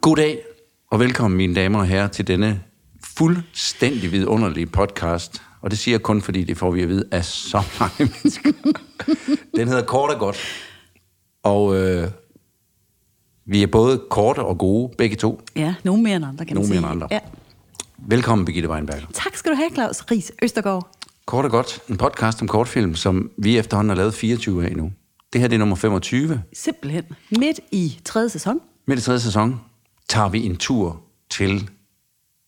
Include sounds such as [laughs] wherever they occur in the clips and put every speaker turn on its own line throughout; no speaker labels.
Goddag og velkommen, mine damer og herrer, til denne fuldstændig vidunderlige podcast. Og det siger jeg kun, fordi det får vi at vide af så mange [laughs] mennesker. Den hedder Kort og Godt. Og øh, vi er både korte og gode, begge to.
Ja, nogen mere end andre, kan
Nogle
man sige.
mere end andre.
Ja.
Velkommen, Birgitte Weinberg.
Tak skal du have, Claus Ries Østergaard.
Kort og Godt, en podcast om kortfilm, som vi efterhånden har lavet 24 af nu. Det her det er nummer 25.
Simpelthen. Midt i tredje sæson.
Med det tredje sæson tager vi en tur til,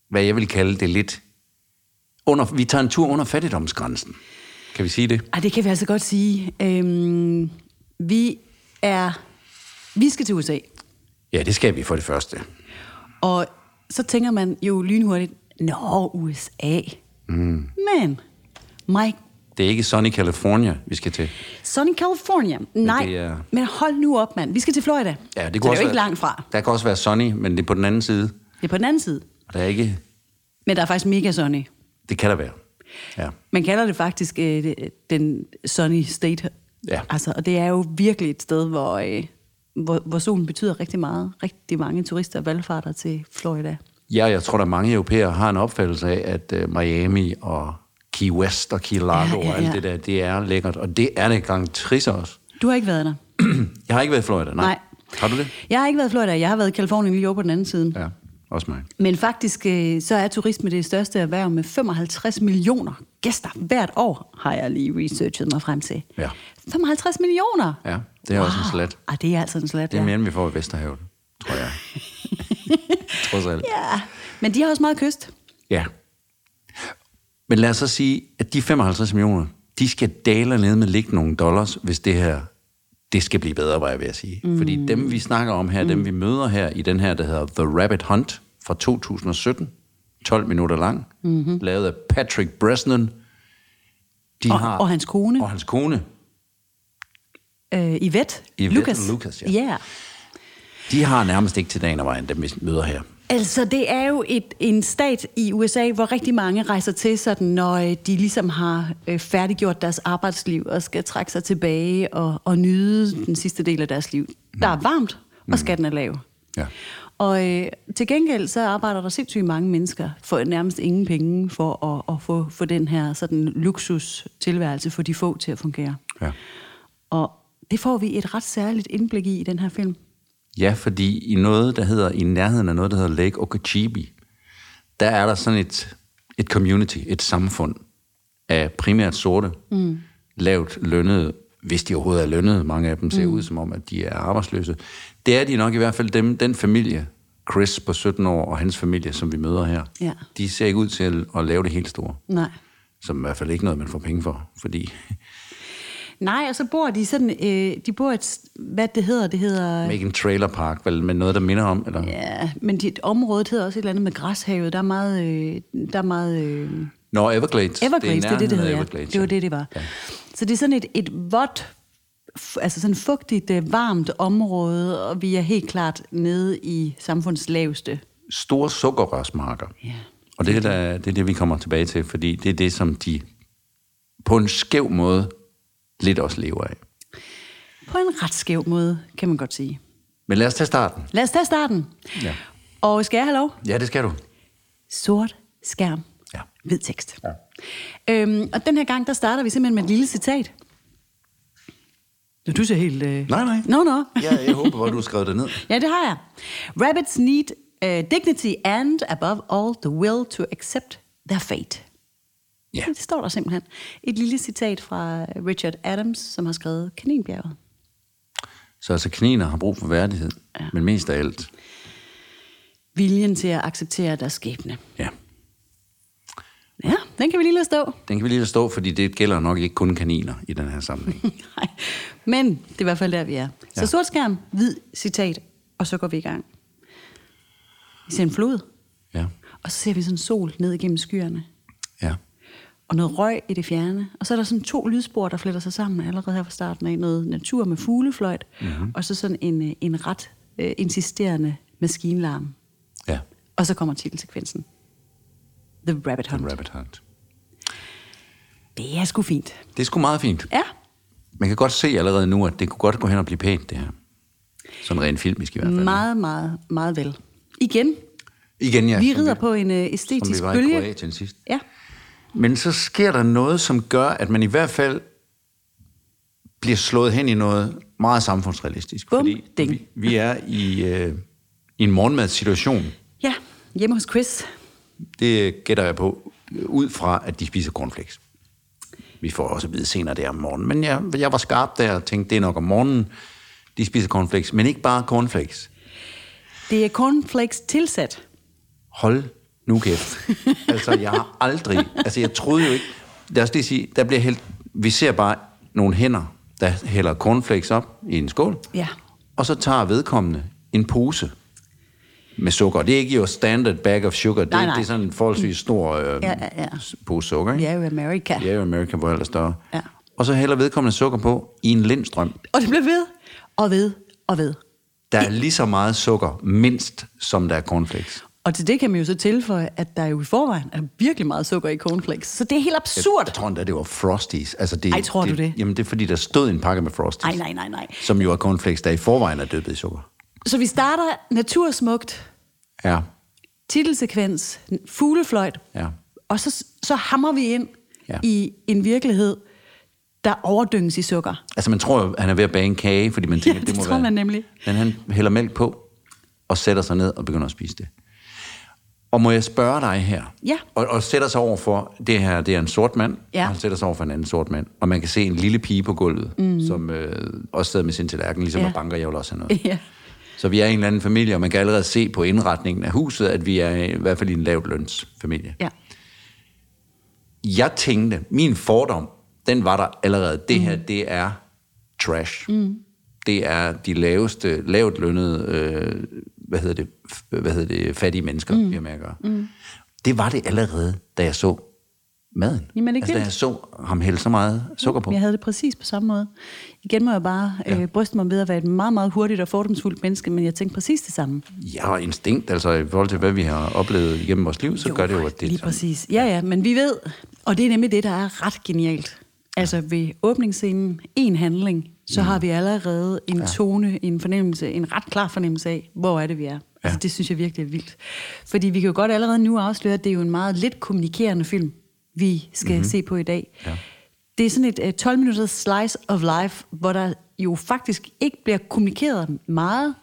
hvad jeg vil kalde det lidt, under, vi tager en tur under fattigdomsgrænsen. Kan vi sige det?
Ej, det kan vi altså godt sige. Øhm, vi er... Vi skal til USA.
Ja, det skal vi for det første.
Og så tænker man jo lynhurtigt, Nå, USA. Mm. Men, Mike,
Det er ikke Sunny California, vi skal til.
Sunny California. Nej,
det er-
men, men hold nu op, mand. Vi skal til Florida.
Ja, det, kunne
så det er
også
jo ikke
være,
langt fra.
Der kan også være Sunny, men det er på den anden side.
Det er på den anden side.
Og der er ikke...
Men der er faktisk mega sunny.
Det kan der være. Ja.
Man kalder det faktisk øh, det- den sunny state.
Ja.
Altså, og det er jo virkelig et sted, hvor, øh, hvor, hvor solen betyder rigtig meget. Rigtig mange turister valgfarter til Florida.
Ja, jeg tror, der mange europæere har en opfattelse af, at øh, Miami og Key West og Key Largo ja, ja, ja. og alt det der, det er lækkert. Og det er det gang trisser også.
Du har ikke været der?
Jeg har ikke været i Florida, nej.
Nej.
Har du det?
Jeg har ikke været i Florida. Jeg har været i Kalifornien lige over på den anden side.
Ja, også mig.
Men faktisk øh, så er turisme det største erhverv med 55 millioner gæster hvert år, har jeg lige researchet mig frem til.
Ja.
55 millioner?
Ja, det er også en slat.
Ah, det er altså en slat,
Det er
ja.
mere, end vi får i Vesterhavet, tror
[laughs]
jeg. Trods alt.
ja. Men de har også meget kyst.
Ja. Men lad os så sige, at de 55 millioner, de skal daler ned med ligge nogle dollars, hvis det her, det skal blive bedre, var jeg ved at sige. Mm. Fordi dem, vi snakker om her,
Mm.
dem vi møder her i den her, der hedder The Rabbit Hunt fra 2017, 12 minutter lang, mm-hmm. lavet af Patrick Bresnan. De
Og- og hans kone.
Og hans kone.
Øh, Yvette.
Yvette
Lucas.
Lucas, ja.
ja.
De har nærmest ikke til dagen og vejen, dem vi møder her.
Altså, det er jo et, en stat i USA, hvor rigtig mange rejser til, sådan, når øh, de ligesom har øh, færdiggjort deres arbejdsliv og skal trække sig tilbage og, og nyde den sidste del af deres liv. Der er varmt, og skatten er lav.
Mm. Ja.
Og øh, til gengæld så arbejder der sindssygt mange mennesker for nærmest ingen penge for at, at få, få den her sådan, luksus tilværelse for de få til at fungere.
Ja.
Og det får vi et ret særligt indblik i i den her film.
Ja, fordi i noget, der hedder, i nærheden af noget, der hedder Lake Okeechobee, der er der sådan et, et community, et samfund af primært sorte, mm. lavt lønnede, hvis de overhovedet er lønnede, mange af dem ser mm. ud som om, at de er arbejdsløse. Det er de nok i hvert fald dem, den familie, Chris på 17 år og hans familie, som vi møder her.
Ja.
De ser ikke ud til at lave det helt store,
Nej.
som i hvert fald ikke noget, man får penge for, fordi
Nej, og så bor de sådan, øh, de bor et, hvad det hedder, det hedder,
ikke en trailerpark, vel, men noget, der minder om, eller...
ja, men dit område hedder også et eller andet med græshavet, der er meget, øh, der er meget, øh,
Nå, Everglades.
Everglades, det er det, det
nærheden af
hedder, ja.
Everglades,
Det var det, det var. Ja. Så det er sådan et, et vådt, f- altså sådan fugtigt, øh, varmt område, og vi er helt klart nede i samfundets laveste.
store sukkerrørsmarker.
Ja.
Og det er, der, det er det, vi kommer tilbage til, fordi det er det, som de på en skæv måde lidt også lever af.
På en ret skæv måde, kan man godt sige.
Men lad os tage starten.
Lad os tage starten.
Ja.
Og skal jeg have lov?
Ja, det skal du.
Sort skærm.
Ja.
Hvid tekst.
Ja.
Øhm, og den her gang, der starter vi simpelthen med et lille citat. Nå, du ser helt... Øh...
Nej, nej.
Nå, nå.
Ja, jeg håber, at du har skrevet det ned.
Ja, det har jeg. Rabbits need uh, dignity and above all the will to accept their fate.
Ja.
Det står der simpelthen. Et lille citat fra øh, Richard Adams, som har skrevet Kaninbjerget.
Så altså, kaniner har brug for værdighed, ja. men mest af alt.
Viljen til at acceptere deres skæbne.
Ja.
Ja, den kan vi lige lade stå.
Den kan vi lige lade stå, fordi det gælder nok ikke kun kaniner i den her sammenhæng.
[laughs] Nej. Men det er i hvert fald der, vi er. Så
Ja.
sort skærm, hvid citat, og så går vi i gang. Vi ser en flod,
Ja,
og så ser vi sådan sol ned igennem skyerne.
ja.
og noget røg i det fjerne. Og så er der sådan to lydspor, der fletter sig sammen allerede her fra starten af. Noget natur med fuglefløjt,
Mhm.
mm-hmm. og så sådan en, øh, en ret øh, insisterende maskinlarm.
ja.
Og så kommer titelsekvensen. The Rabbit Hunt.
Rabbit hunt.
Det er sgu fint.
Det er sgu meget fint.
Ja,
Man kan godt se allerede nu, at det kunne godt gå hen og blive pænt, det her. Sådan rent filmisk i hvert fald.
meget, meget, meget vel. Igen,
Igen, ja.
vi
som
rider på en øh, æstetisk
som vi var
bølge.
i Kroatien sidst.
Ja.
Men så sker der noget, som gør, at man i hvert fald bliver slået hen i noget meget samfundsrealistisk.
Bum,
fordi
ding.
vi, vi er i, øh, i en morgenmadssituation.
ja, hjemme hos Chris.
Det gætter jeg på, øh, ud fra at de spiser cornflakes. Vi får også at vide senere, det er om morgenen. Men jeg, jeg var skarp der og tænkte, det er nok om morgenen. De spiser cornflakes, men ikke bare cornflakes.
Det er cornflakes tilsat.
Hold nu kæft.
[laughs]
altså, jeg har aldrig... Altså, jeg troede jo ikke... Lad os lige sige, der bliver helt... Vi ser bare nogle hænder, der hælder cornflakes op i en skål.
Ja.
Og så tager vedkommende en pose med sukker. Det er ikke jo standard bag of sugar. Det,
Nej, nej. Mm.
det er sådan en forholdsvis stor øh,
Ja, ja, ja.
pose sukker, ikke?
Vi er jo i Amerika.
Ja, jo America, hvor ellers der er.
Ja.
Og så hælder vedkommende sukker på i en lindstrøm.
Og det bliver ved, og ved, og ved.
Der er lige så meget sukker, mindst, som der er cornflakes.
Og til det kan man jo så tilføje, at der jo i forvejen er virkelig meget sukker i cornflakes. Så det er helt absurd.
Jeg tror endda, det var Frosties. Altså, det,
Ej, tror du
det,
det?
Jamen, det er fordi, der stod en pakke med Frosties.
Nej, nej, nej, nej.
Som jo er cornflakes, der i forvejen er dyppet i sukker.
Så vi starter natursmukt,
Ja,
titelsekvens, fuglefløjt,
ja.
og så, så hammer vi ind
Ja.
ja. i en virkelighed, der overdynges i sukker.
Altså, man tror jo, han er ved at bage en kage, fordi man tænker,
Ja,
det, må
det tror
være...
man nemlig.
Men han hælder mælk på, og sætter sig ned og begynder at spise det. Og må jeg spørge dig her?
Ja.
Og, og sætter sig over for, det her det er en sort mand,
Ja.
og han sætter sig over for en anden sort mand. Og man kan se en lille pige på gulvet, mm. som øh, også sidder med sin tallerken, ligesom
Ja.
ja. at banker, jeg vil også have
[laughs]
noget.
Ja.
Så vi er en eller anden familie, og man kan allerede se på indretningen af huset, at vi er i hvert fald i en lavt lønsfamilie.
ja.
Jeg tænkte, min fordom, den var der allerede. Det
Mm.
her, det er trash. Mm. Det er de laveste, lavt lønnede, øh, hvad hedder det, f- hvad hedder det, fattige mennesker, mm. vi har med at gøre. Mm. Det var det allerede, da jeg så maden.
Jamen, er det ikke
altså, da
vildt?
jeg så ham hælde så meget sukker på.
Jeg havde det præcis på samme måde. Igen må jeg bare ja. øh, bryste mig ved at være et meget, meget hurtigt og fordomsfuldt menneske, men jeg tænkte præcis det samme.
Jeg har instinkt, altså i forhold til, hvad vi har oplevet igennem vores liv, så jo, gør det jo, at det
Lige
sådan-
præcis. Ja, ja, men vi ved, og det er nemlig det, der er ret genialt. Altså ved åbningsscenen, en handling, så mm. har vi allerede en ja. tone, en fornemmelse, en ret klar fornemmelse af, hvor er det, vi er. Altså,
Ja.
det synes jeg virkelig er vildt. Fordi vi kan jo godt allerede nu afsløre, at det er jo en meget lidt kommunikerende film, vi skal mm-hmm. se på i dag. Ja. Det er sådan et øh, 12-minutters slice of life, hvor der jo faktisk ikke bliver kommunikeret meget.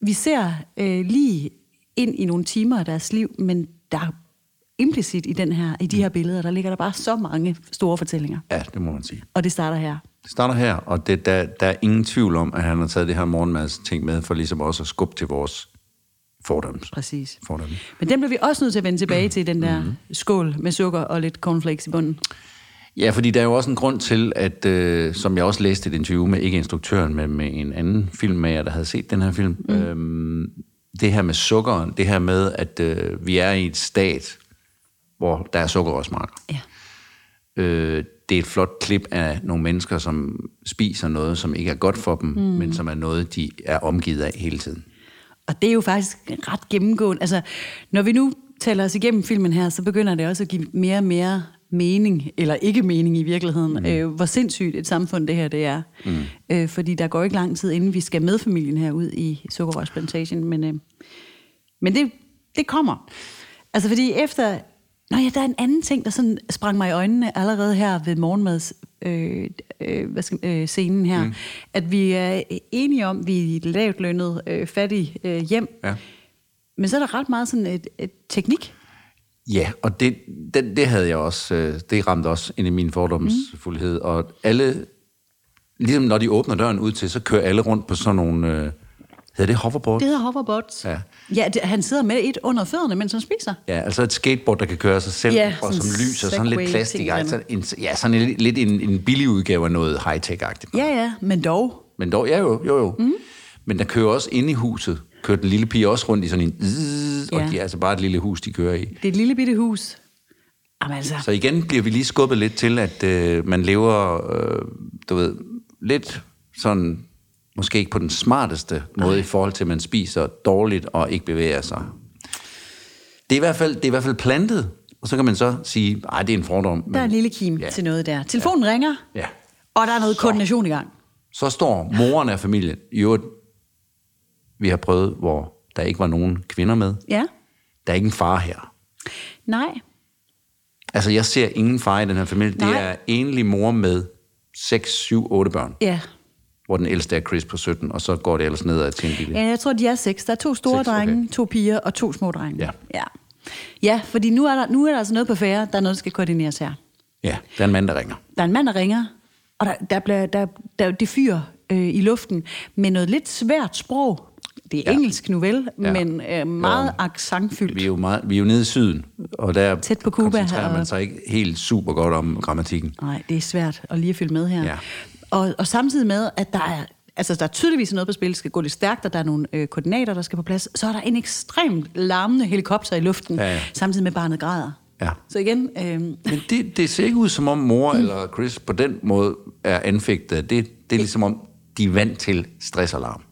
Vi ser øh, lige ind i nogle timer af deres liv, men der implicit i, den her, i de her billeder, der ligger der bare så mange store fortællinger.
Ja, det må man sige.
Og det starter her.
Det starter her, og det, der, der er ingen tvivl om, at han har taget det her morgenmadsting med, for ligesom også at skubbe til vores fordoms.
Præcis.
fordomme.
Men den bliver vi også nødt til at vende tilbage til, den der skål med sukker og lidt cornflakes i bunden.
Ja, fordi der er jo også en grund til, at øh, som jeg også læste i et interview med, ikke instruktøren, men med en anden filmmager, der havde set den her film, mm. øhm, det her med sukkeren, det her med, at øh, vi er i et stat, hvor der er sukkerrådsmarker.
Ja.
Øh, det er et flot klip af nogle mennesker, som spiser noget, som ikke er godt for dem, mm. men som er noget, de er omgivet af hele tiden.
Og det er jo faktisk ret gennemgående. Altså, når vi nu taler os igennem filmen her, så begynder det også at give mere og mere mening, eller ikke mening i virkeligheden, mm. øh, hvor sindssygt et samfund det her det er. Mm. Øh, fordi der går ikke lang tid, inden vi skal med familien her ud i Sukkerrørs Plantation, men, øh, men det, det kommer. Altså fordi efter... Nå ja, der er en anden ting, der sådan sprang mig i øjnene allerede her ved morgenmads øh, øh, hvad skal, øh, scenen her. Mm. At vi er enige om, at vi er et lavt lønnet, øh, fattig øh, hjem.
Ja.
Men så er der ret meget sådan et, et teknik.
Ja, og det, det, det havde jeg også, øh, det ramte også ind i min fordomsfuldhed, mm. og alle, ligesom når de åbner døren ud til, så kører alle rundt på sådan nogle, øh, hedder det hoverboard?
Det hedder hoverboards.
Ja.
ja det, han sidder med et under fødderne, mens han spiser.
Ja, altså et skateboard, der kan køre sig selv,
Ja,
og som
sådan
lyser, sådan lidt
Segway-ting
plastik,
eller
altså en, ja, sådan en, lidt en, en billig udgave af noget high-tech-agtigt.
Ja, ja, men dog.
Men dog, ja jo, jo jo. Mm. Men der kører også inde i huset, kører den lille pige også rundt i sådan en, zzz, og
Ja.
det er altså bare et lille hus, de kører i.
Det er et lille bitte hus. Jamen altså,
Så igen bliver vi lige skubbet lidt til, at øh, man lever, øh, du ved, lidt sådan, måske ikke på den smarteste måde i forhold til, at man spiser dårligt og ikke bevæger sig. Det er i hvert fald, det er i hvert fald plantet, og så kan man så sige, nej, det er en fordom. Men
der er en lille kim
Ja.
ja. til noget der. Telefonen ja. ringer,
Ja.
og der er noget koordination i gang.
Så står moren af familien, i øvrigt, vi har prøvet, hvor Der ikke var nogen kvinder med.
Ja.
Der er ikke en far her.
Nej.
Altså, jeg ser ingen far i den her familie. Nej. Det
Nej.
er enlig mor med 6, 7, 8 børn,
Ja.
hvor den ældste er Chris på 17, og så går det ellers nedad til en lille.
ja. Jeg tror, de er seks. Der er to store
Seks,
seks,
okay.
drenge, to piger og to små drenge.
Ja.
Ja, ja fordi nu er, der, nu er der altså noget på færre. Der er noget, der skal koordineres her.
Ja, der er en mand, der ringer.
Der er en mand, der ringer, og der, der bliver, der, der, det fyrer øh, i luften med noget lidt svært sprog. Det er
Ja.
ja. engelsk nu vel,
Ja.
ja. men øh, meget ja. accentfyldt.
Vi er jo, meget, vi er jo nede i syden, og der
Tæt på Cuba
koncentrerer man
og-
sig ikke helt super godt om grammatikken.
Nej, det er svært at lige at følge med her.
Ja.
Og, og samtidig med, at der er, altså, der er tydeligvis noget på spil, det skal gå lidt stærkt, og der er nogle øh, koordinater, der skal på plads, så er der en ekstremt larmende helikopter i luften,
Ja, ja.
samtidig med at barnet græder.
Ja.
Så igen, øh, [laughs]
Men det, det ser ikke ud som om mor mm. eller Chris på den måde er anfægtet. af Det, det er ligesom om, de er vant til stressalarm.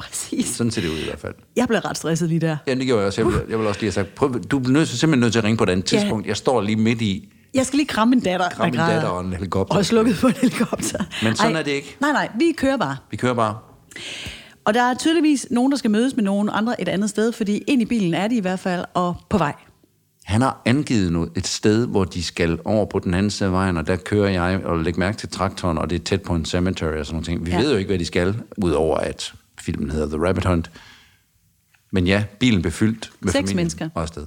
præcis.
Sådan ser det ud i hvert fald.
Jeg blev ret stresset lige der.
Jamen, det gjorde jeg også. Jeg ville, jeg ville også lige have sagt, prøv, du er nødt, simpelthen nødt til at ringe på et andet
Uh. Ja.
tidspunkt. Jeg står lige midt i
Jeg skal lige kramme en datter,
Kramme en
der græder.
datter og en helikopter.
Og slukket på en helikopter.
Men sådan er det ikke.
Nej, nej, vi kører bare.
Vi kører bare.
Og der er tydeligvis nogen, der skal mødes med nogen andre et andet sted, fordi ind i bilen er de i hvert fald, og på vej.
Han har angivet noget, et sted, hvor de skal over på den anden side af vejen, og der kører jeg og lægger mærke til traktoren, og det er tæt på en cemetery og sådan nogle ting. Vi ja.
Ja.
ved jo ikke, hvad de skal, udover at filmen hedder The Rabbit Hunt. Men ja, bilen blev fyldt med
Seks
familien
mennesker.
og afsted.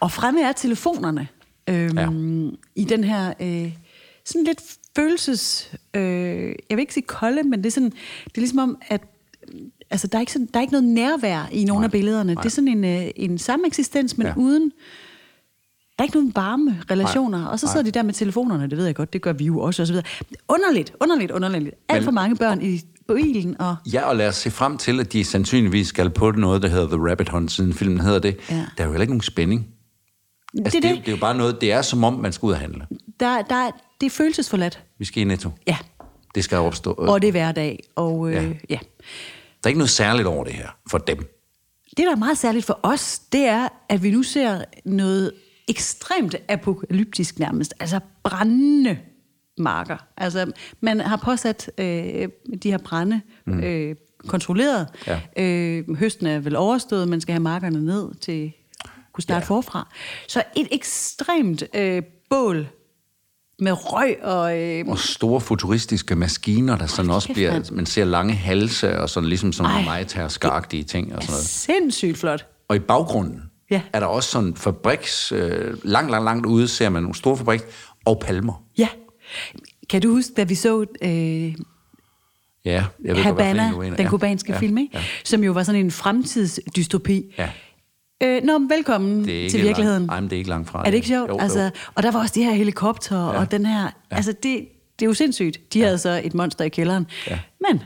Og fremme er telefonerne øhm,
Ja.
ja. i den her øh, sådan lidt følelses... Øh, jeg vil ikke sige kolde, men det er, sådan, det er ligesom om, at øh, altså, der, er ikke sådan, der er ikke noget nærvær i nogle
Nej,
af billederne.
nej.
Det er sådan en, øh, en samme eksistens, men
Ja.
ja. uden... Der er ikke nogen varme relationer.
Nej,
Og så
nej.
sidder de der med telefonerne, det ved jeg godt, det gør vi jo også, og så videre. Underligt, underligt, underligt. Alt
Men-
for mange børn i bilen, og
Ja, og lad os se frem til, at de sandsynligvis skal på noget, der hedder The Rabbit Hunt, siden filmen hedder det.
Ja.
Der er jo heller ikke nogen spænding.
det, er
Altså, det, er jo-
det,
det er jo bare noget, det er som om, man skal ud og handle.
der, der, det er følelsesforladt.
Vi skal i Netto.
Ja,
Det skal opstå.
og det er hverdag, og øh,
Ja.
ja. ja.
Der er ikke noget særligt over det her for dem.
Det, der er meget særligt for os, det er, at vi nu ser noget ekstremt apokalyptisk nærmest, altså brændende marker. Altså, man har påsat øh, de her brænde øh, kontrolleret.
Mm. Ja.
Øh, høsten er vel overstået, man skal have markerne ned til at kunne starte
Ja.
ja. forfra. Så et ekstremt øh, bål med røg og... Øh,
Og store futuristiske maskiner, der sådan
Hold
også
kæft,
bliver...
mand.
Man ser lange halse og sådan ligesom sådan
Ej,
nogle majtærskagtige ting og sådan noget.
sindssygt flot.
Og i baggrunden
Ja.
er der også sådan fabriks... Øh, langt, langt, langt ude ser man nogle store fabriks og palmer.
Ja. Kan du huske, da vi så
Ja,
øh,
jeg ved godt, hvad for en
Havana,
du mener.
den
Ja,
kubanske
ja,
film, ikke?
Ja,
som jo var sådan en fremtidsdystopi.
ja.
Øh, nå, men velkommen
Det er ikke
til virkeligheden.
Langt, ej, men det er ikke langt fra.
Er det ikke sjovt?
Jo,
altså,
jo.
Og der var også de her helikopter ja. og den her... Ja. Altså, det, det er jo sindssygt. De ja. havde så et monster i kælderen. Ja. Men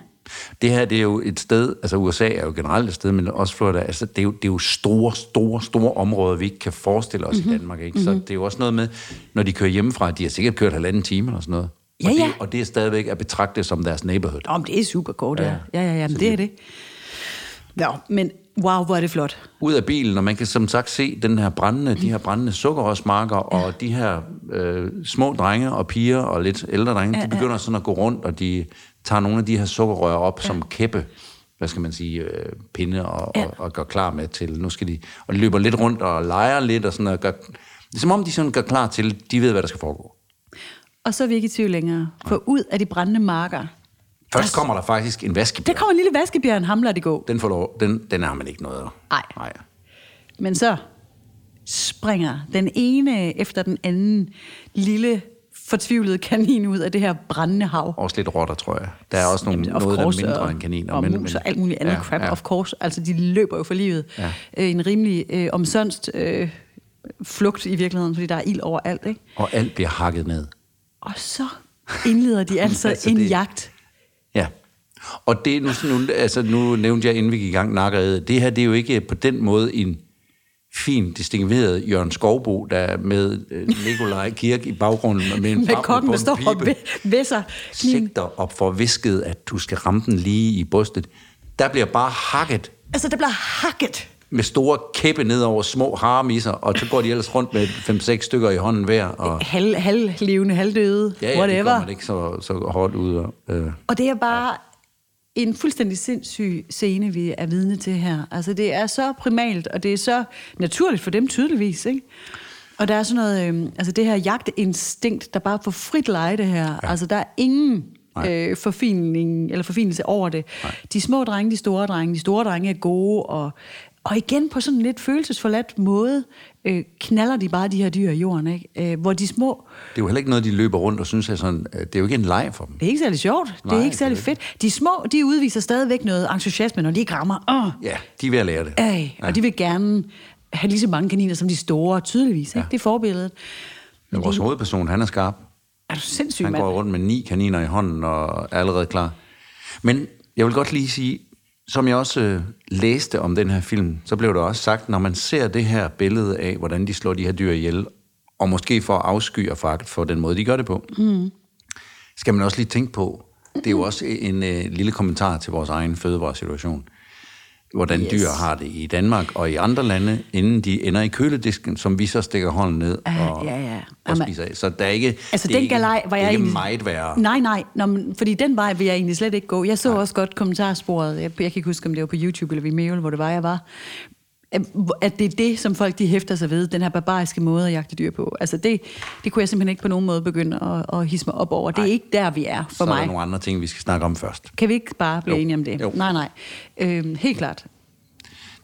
Det her, det er jo et sted, altså USA er jo generelt et sted, men også Florida, altså det er jo, det er jo store, store, store områder, vi ikke kan forestille os
Mhm.
mm-hmm. i Danmark, ikke? Så det er jo også noget med, når de kører hjemmefra, de har sikkert kørt halvanden time eller sådan noget.
Ja,
og, det,
ja.
og det er stadigvæk at betragte som deres neighborhood.
om det er super kort, ja.
Ja.
Ja, ja, ja, men det er det. Nå, men wow, hvor er det flot.
Ud af bilen, og man kan som sagt se den her brændende, de her brændende sukkerrørsmarker, og de her øh, små drenge og piger og lidt ældre drenge, ja, de begynder sådan at gå rundt, og de tager nogle af de her sukkerrør op ja. som kæppe, hvad skal man sige, øh, pinde og, ja.
Ja.
og, og gør klar med til, nu skal de, og de løber lidt rundt og leger lidt og sådan noget, gør, det er som om de sådan gør klar til, de ved, hvad der skal foregå.
Og så er vi ikke i tvivl længere. For ud af de brændende marker,
Først kommer der faktisk en vaskebjørn.
der kommer en lille vaskebjørn, ham lader det gå.
Den, får lov, den, den har man ikke noget af.
Ej.
Nej.
Men så springer den ene efter den anden lille fortvivlede kanin ud af det her brændende hav.
Også lidt rotter, tror jeg. Der er også nogle,
Of
noget, der er
course,
mindre
og-
end kaniner.
Og mus og alt muligt andet
ja,
crap,
ja.
of course. Altså, de løber jo for livet.
Ja.
Øh, en rimelig øh, omsonst øh, flugt i virkeligheden, fordi der er ild overalt, ikke?
Og alt bliver hakket ned.
Og så indleder de
[laughs]
altså,
Altså,
en
det-
jagt.
Ja. Og det, nu, nu, altså, nu nævnte jeg, inden vi gik i gang, nakkeret. Det her, det er jo ikke på den måde en fin, distingueret Jørgen Skovbo, der er med øh, Nikolaj Kirk i baggrunden med en
Med
famle
kokken,
på en
der står og
pibe,
væ- væsser kniven.
sigter op for visket, at du skal ramme den lige i brystet. Der bliver bare hakket
Altså, der bliver hakket.
med store kæppe ned over små harmisser, og så går de ellers rundt med 5-6 stykker i hånden hver, og
Halv, halvlevende, halvdøde,
ja, ja, det
whatever.
kommer det ikke så, så hårdt ud. Og, øh.
Og det er bare en fuldstændig sindssyg scene, vi er vidne til her. Altså, det er så primalt, og det er så naturligt for dem tydeligvis, ikke? Og der er sådan noget, øh, altså det her jagtinstinkt, der bare får frit leje det her. Ja. Altså, der er ingen
Nej.
øh, forfining, eller forfinelse over det. Nej. De små drenge, de store drenge, de store drenge er gode, og, og igen på sådan en lidt følelsesforladt måde, øh, knaller de bare de her dyr i jorden, ikke? Øh, hvor de små,
Det er jo heller ikke noget, de løber rundt og synes er sådan... øh, Det er jo ikke en leg for dem.
det er ikke særlig sjovt, Nej, det
Nej,
er ikke
det er
særlig
det
fedt. De små, de udviser stadigvæk noget entusiasme, når de grammer. Åh,
Ja, de er ved at lære det.
Ej, og de vil gerne have lige så mange kaniner som de store, tydeligvis. Ikke? Ja. Det er forbilledet.
Men vores hovedperson, han er skarp.
Er du sindssyg,
Han
mand?
går rundt med ni kaniner i hånden og er allerede klar. Men jeg vil godt lige sige, som jeg også øh, læste om den her film, så blev der også sagt, når man ser det her billede af, hvordan de slår de her dyr ihjel, og måske for at afsky og foragt for den måde, de gør det på,
Hmm.
mm. skal man også lige tænke på, det er jo også en øh, lille kommentar til vores egen fødevaresituation, hvordan yes. dyr har det i Danmark og i andre lande, inden de ender i køledisken, som vi så stikker hånden ned
Ah,
og,
ja, ja.
og
Jamen,
spiser af. Så der er ikke,
Altså,
det er
den
ikke,
galej
det
var
er
jeg
ikke
egentlig...
meget værre.
Nej, nej, Nå, men, fordi den vej vil jeg egentlig slet ikke gå. Jeg så nej. også godt kommentarsporet, jeg, jeg kan ikke huske, om det var på YouTube eller Vimeo, eller hvor det var, jeg var, at- at det er det, som folk de hæfter sig ved, den her barbariske måde at jagte dyr på. Altså, det, det kunne jeg simpelthen ikke på nogen måde begynde at, at hisse mig op over. Det er ikke der, vi er for
så er
mig.
der nogle andre ting, vi skal snakke om først.
Kan vi ikke bare blive
Jo.
enige om det?
Jo.
Nej, nej. Øhm, helt klart.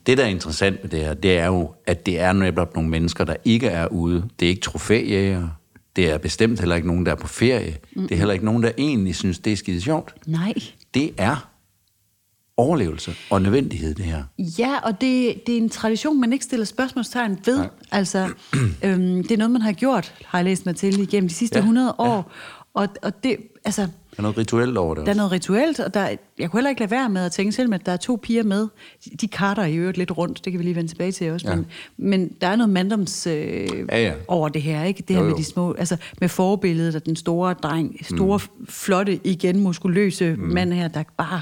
Det, der er interessant med det her, det er jo, at det er netop nogle mennesker, der ikke er ude. Det er ikke trofæjæger. Det er bestemt heller ikke nogen, der er på ferie. Mm. Det er heller ikke nogen, der egentlig synes, det er skide sjovt.
Nej.
Det er overlevelse og nødvendighed, det her.
Ja, og det, det er en tradition, man ikke stiller spørgsmålstegn ved. Nej. Altså, øhm, det er noget, man har gjort, har jeg læst mig til, igennem de sidste ja,
Ja,
100
ja.
år. Og, og det, altså,
Der er noget rituelt over det
der er
også.
noget rituelt, og der, jeg kunne heller ikke lade være med at tænke, selvom at der er to piger med, de- de karter i øvrigt lidt rundt, det kan vi lige vende tilbage til også, ja. men, men der er noget manddoms øh,
Ja, ja.
over det her, ikke? Det her
Jo,
jo, jo. med
jo.
de små, altså med forbilledet af den store dreng, store, mm. flotte, igen muskuløse mm. mand her, der bare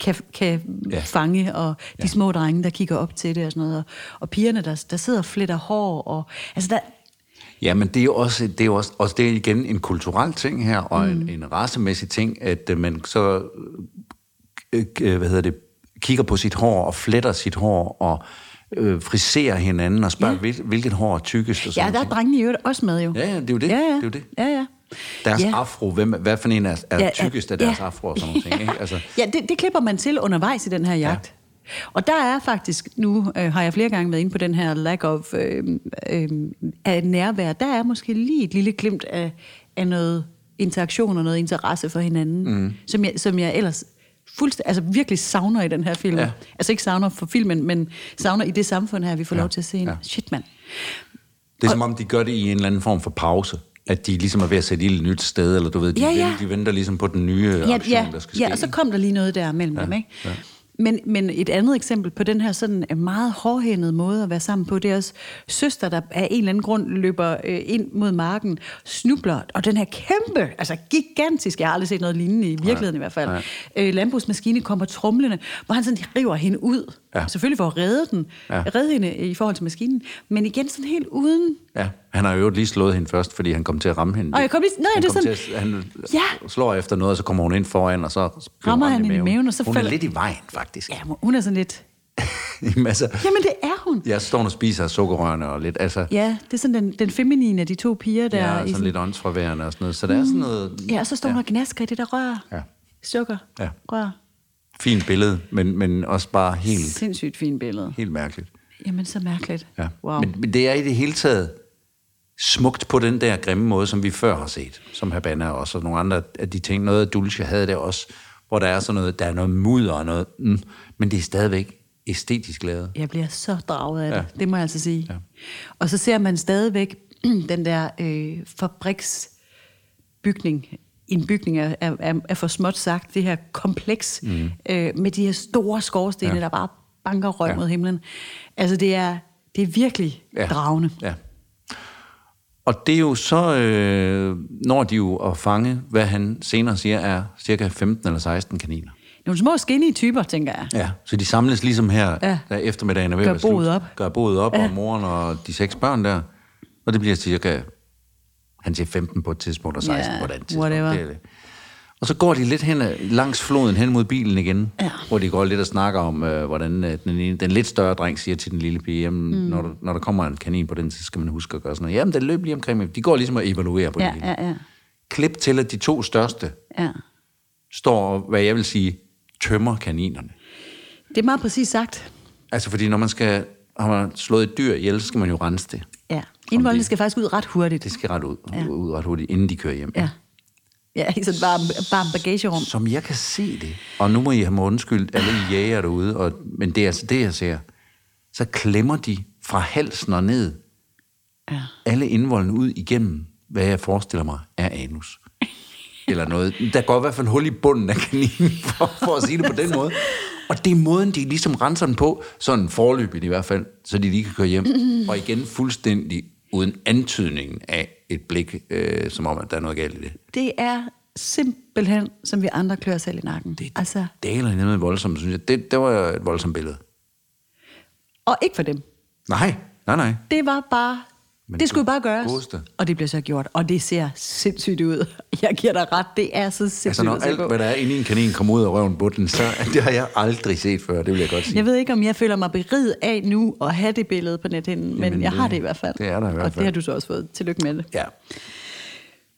kan, kan ja.
Ja.
fange, og de ja. små drenge, der kigger op til det og sådan noget, og, og pigerne, der, der sidder og fletter hår, og altså der,
Ja, men det er jo også, det er jo også, også det er igen en kulturel ting her, og mm. en, en racemæssig ting, at øh, man så, øh, øh, hvad hedder det, kigger på sit hår og fletter sit hår og øh, friserer hinanden og spørger, ja. hvil, hvilket hår er tykkest og
ja,
sådan
der er
noget.
drengene i øvrigt også med jo.
Ja, ja, det er jo det.
Ja, ja.
Det er jo det.
Ja, ja.
Deres
ja.
ja. afro, hvem, hvad for en er, er ja, tykkest af deres afro og sådan nogle ting.
Ja. [laughs]
Ikke? Altså,
Ja, det, det klipper man til undervejs i den her jagt. Ja. Og der er faktisk, nu øh, har jeg flere gange været inde på den her lack of øh, øh, af nærvær, der er måske lige et lille glimt af, af noget interaktion og noget interesse for hinanden, mm. som, jeg, som jeg ellers fuldstændig, altså virkelig savner i den her film. Ja.
Ja.
Altså ikke savner for filmen, men savner i det samfund her, vi får ja.
Ja,
lov til at se. Ja.
ja.
Shit, mand.
det er som om, de gør det i en eller anden form for pause. At de ligesom er ved at sætte ild et nyt sted, eller du ved, de,
Ja, ja.
Venter, de venter ligesom på den nye ja, aktion,
ja,
der skal
ja,
ske.
og så
ikke?
kom der lige noget der mellem ja, dem, ikke? Ja. Men, men et andet eksempel på den her sådan øh, meget hårdhændede måde at være sammen på, det er også søster, der af en eller anden grund løber øh, ind mod marken, snubler, og den her kæmpe, altså gigantisk, jeg har aldrig set noget lignende i virkeligheden i hvert fald, øh, landbrugsmaskine kommer trumlende, hvor han sådan river hende ud, ja.
Ja.
selvfølgelig for at redde den, ja.
Ja.
redde hende i forhold til maskinen, men igen sådan helt uden
Ja, han har jo øvrigt lige slået hende først, fordi han kom til at ramme hende.
Og jeg kom lige- Nå, ja,
han
det er
kom
sådan-
Til at, han
Ja.
ja. slår efter noget, og så kommer hun ind foran, og så bliver
Rammer
ramt
han hende i maven, og så
Hun
falder-
er lidt i vejen, faktisk. [laughs] Ja.
Ja, hun er sådan lidt...
altså,
Jamen, det er hun.
jeg står og spiser af sukkerrørene og lidt, altså... Ja.
Ja, det er sådan den, den feminine af de to piger, der
Jeg
ja,
er
i
sådan
sådan,
lidt åndsfraværende og sådan noget. Så der er
Mm.
sådan noget
Ja, og så står hun ja. og gnasker i det der rør.
Ja.
Sukker.
Ja.
Rør.
fint billede, men, men også bare helt,
Sindssygt fint billede.
helt mærkeligt.
Jamen, så mærkeligt.
Ja.
Wow.
Men, men det er i det hele taget smukt på den der grimme måde, som vi før har set, som Habana også, og nogle andre af de ting. Noget af Dulce havde det også, hvor der er sådan noget, der er noget mudder og noget, mm, men det er stadigvæk æstetisk lavet.
Jeg bliver så draget af det, ja.
Ja.
det må jeg altså sige. Ja. Og så ser man stadigvæk [clears throat] den der øh, fabriksbygning, en bygning er, er, er- er for småt sagt, det her kompleks mm. øh, med de her store skorstene, ja. der bare banker røg ja.
Ja.
mod himlen. Altså, det er, det er virkelig ja. dragende.
Ja. Og det er jo så, øh, når de jo at fange, hvad han senere siger, er cirka 15 eller 16 kaniner.
Nogle små skinny typer, tænker jeg.
Ja, så de samles ligesom her,
Ja.
ja. der eftermiddagen er ved
Gør
at være slut.
boet op.
Gør boet op,
Ja.
ja. og moren og de seks børn der. Og det bliver cirka, han siger 15 på et tidspunkt, og 16
Ja,
på et andet tidspunkt.
whatever.
Det er det. Og så går de lidt hen ad- langs floden hen mod bilen igen,
Ja.
hvor de går lidt og snakker om, øh, hvordan øh, den, ene, den lidt større dreng siger til den lille pige, jamen, mm. når, der, når der kommer en kanin på den, så skal man huske at gøre sådan noget. Jamen, den løb lige omkring. De går ligesom og evaluerer på
Ja,
det hele.
ja, ja.
Klip til, at de to største
ja.
står og, hvad jeg vil sige, tømmer kaninerne.
Det er meget præcis sagt.
Altså, fordi når man skal har man slået et dyr ihjel, så skal man jo rense det.
Ja. Indvoldene
det-
skal faktisk ud ret hurtigt.
Det skal ret ud,
Ja.
ja. ud ret hurtigt, inden de kører hjem.
Ja. Ja, i sådan et varmt varm bagagerum.
Som jeg kan se det, og nu må I have mig undskyldt, alle I jæger derude, og, men det er altså det, jeg ser, så klemmer de fra halsen og ned
Ja.
alle indvolden ud igennem, hvad jeg forestiller mig er anus. Eller noget. Der går i hvert fald hul i bunden af kaninen, for, for at sige det på den måde. Og det er måden, de ligesom renser den på, sådan forløbigt i hvert fald, så de lige kan køre hjem. Og igen fuldstændig uden antydningen af et blik, øh, som om, at der er noget galt i det.
Det er simpelthen, som vi andre klør os selv i nakken. Det, altså,
Daler er med voldsomt, synes jeg. Det, det var et voldsomt billede.
og ikke for dem.
Nej, nej, nej.
Det var bare...
Men
Men det skulle
du
bare gøres.
godeste.
Og det blev så gjort, og det ser sindssygt ud. [laughs] Jeg giver dig ret, det er så sindssygt
Altså, når
at se på.
alt, hvad der er inde i en kanin, kommer ud af røven på den, så [laughs] det har jeg aldrig set før, det vil jeg godt sige.
Jeg ved ikke, om jeg føler mig beriget af nu at have det billede på nethinden, men
Jamen,
jeg
det-
har det i hvert fald.
det er der i hvert
Og det
fald.
har du så også fået. Tillykke med det.
Ja,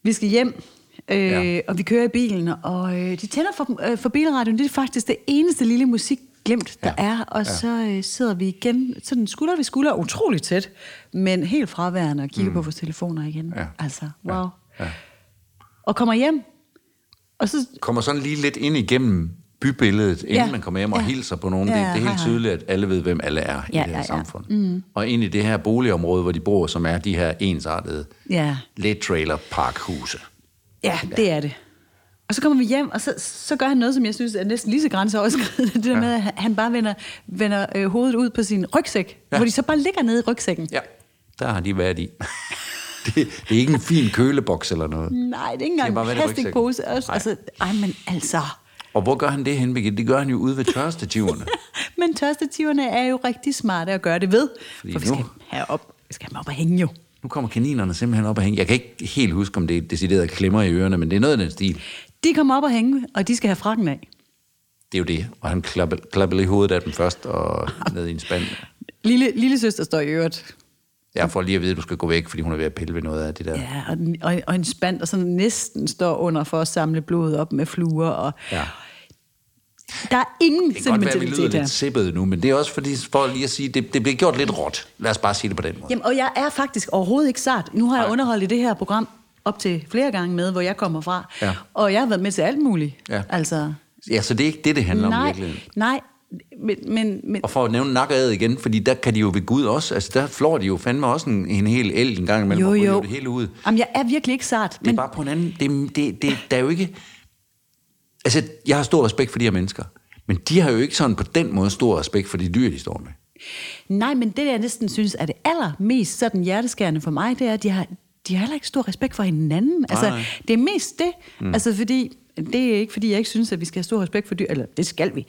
Vi skal hjem, øh, ja.
Ja.
og vi kører i bilen, og øh, de tænder for, øh, for bilradioen. Det er faktisk det eneste lille musik glemt, der ja.
Ja.
er. Og ja.
Ja.
så øh, sidder vi igen, sådan skulder ved skulder, utroligt tæt, men helt fraværende og kigger mm. på vores telefoner igen.
Ja.
Altså, wow.
Ja. Ja.
Og kommer hjem, og så
kommer sådan lige lidt ind igennem bybilledet, inden
Ja.
man kommer hjem og
Ja.
hilser på nogen.
Ja,
Ja, det, det er helt
hej, hej.
tydeligt, at alle ved, hvem alle er i
Ja,
det her
ja, ja.
samfund. Mm. Og ind i det her boligområde, hvor de bor, som er de her ensartede
Ja.
lidt trailerparkhuse.
Ja, det er det. Og så kommer vi hjem, og så, så gør han noget, som jeg synes er næsten lige så grænseoverskridende. [laughs] Det der med, at han- han bare vender, vender øh, hovedet ud på sin rygsæk, ja. hvor de så bare ligger nede i rygsækken.
Ja, der har de været i. [laughs] det, det er ikke en fin køleboks eller noget.
Nej, det er ikke engang
bare
en
været i rygsækken.
plastikpose. Også. Altså, ej, men altså.
Og hvor gør han det hen, Birgitte? Det gør han jo ude ved tørstativerne.
Men tørstativerne er jo rigtig smarte at gøre det ved. Fordi
Fordi
for vi
nu-
skal, have op, vi skal have dem op og hænge jo.
nu kommer kaninerne simpelthen op og hænge. Jeg kan ikke helt huske, om det er decideret klemmer i ørerne, men det er noget af den stil.
De kommer op og hænge, og de skal have frakken af.
Det er jo det. Og han klapper, klapper lige hovedet af dem først og ned i en spand.
Lille, lille søster står i øvrigt.
Jeg får lige at vide, at du skal gå væk, fordi hun er ved at pille ved noget af det der. Ja.
Ja, og, den- og, og en spand, der sådan næsten står under for at samle blodet op med fluer. Og,
ja.
Der er ingen
Det kan godt være, at vi lyder
sentimentalitet
lidt
her.
sippet nu, men det er også fordi, for lige at sige, det, det bliver gjort lidt råt. Lad os bare sige det på den måde.
Jamen, og jeg er faktisk overhovedet ikke sart. Nu har jeg
Nej.
underholdt i det her program op til flere gange med, hvor jeg kommer fra.
Ja.
Og jeg har været med til alt muligt.
Ja.
Altså,
Ja, så det er ikke det, det handler om i
nej,
virkeligheden.
nej, men, men, men
Og for at nævne nakkeræd igen, fordi der kan de jo ved Gud også, altså der flår de jo fandme også en, en hel el en gang imellem,
jo,
og ryger
jo.
det hele ud.
Jamen, jeg er virkelig ikke sart.
Det er
Men,
bare på en anden... Det, det, det, der er jo ikke... Altså, jeg har stor respekt for de her mennesker, men de har jo ikke sådan på den måde stor respekt for de dyr, de står med.
nej, men det, jeg næsten synes er det allermest sådan hjerteskærende for mig, det er, at de har, de har heller ikke stor respekt for hinanden. Altså,
nej.
det er mest det. Mm. Altså, fordi, det er ikke, fordi jeg ikke synes, at vi skal have stor respekt for dyr, eller det skal vi.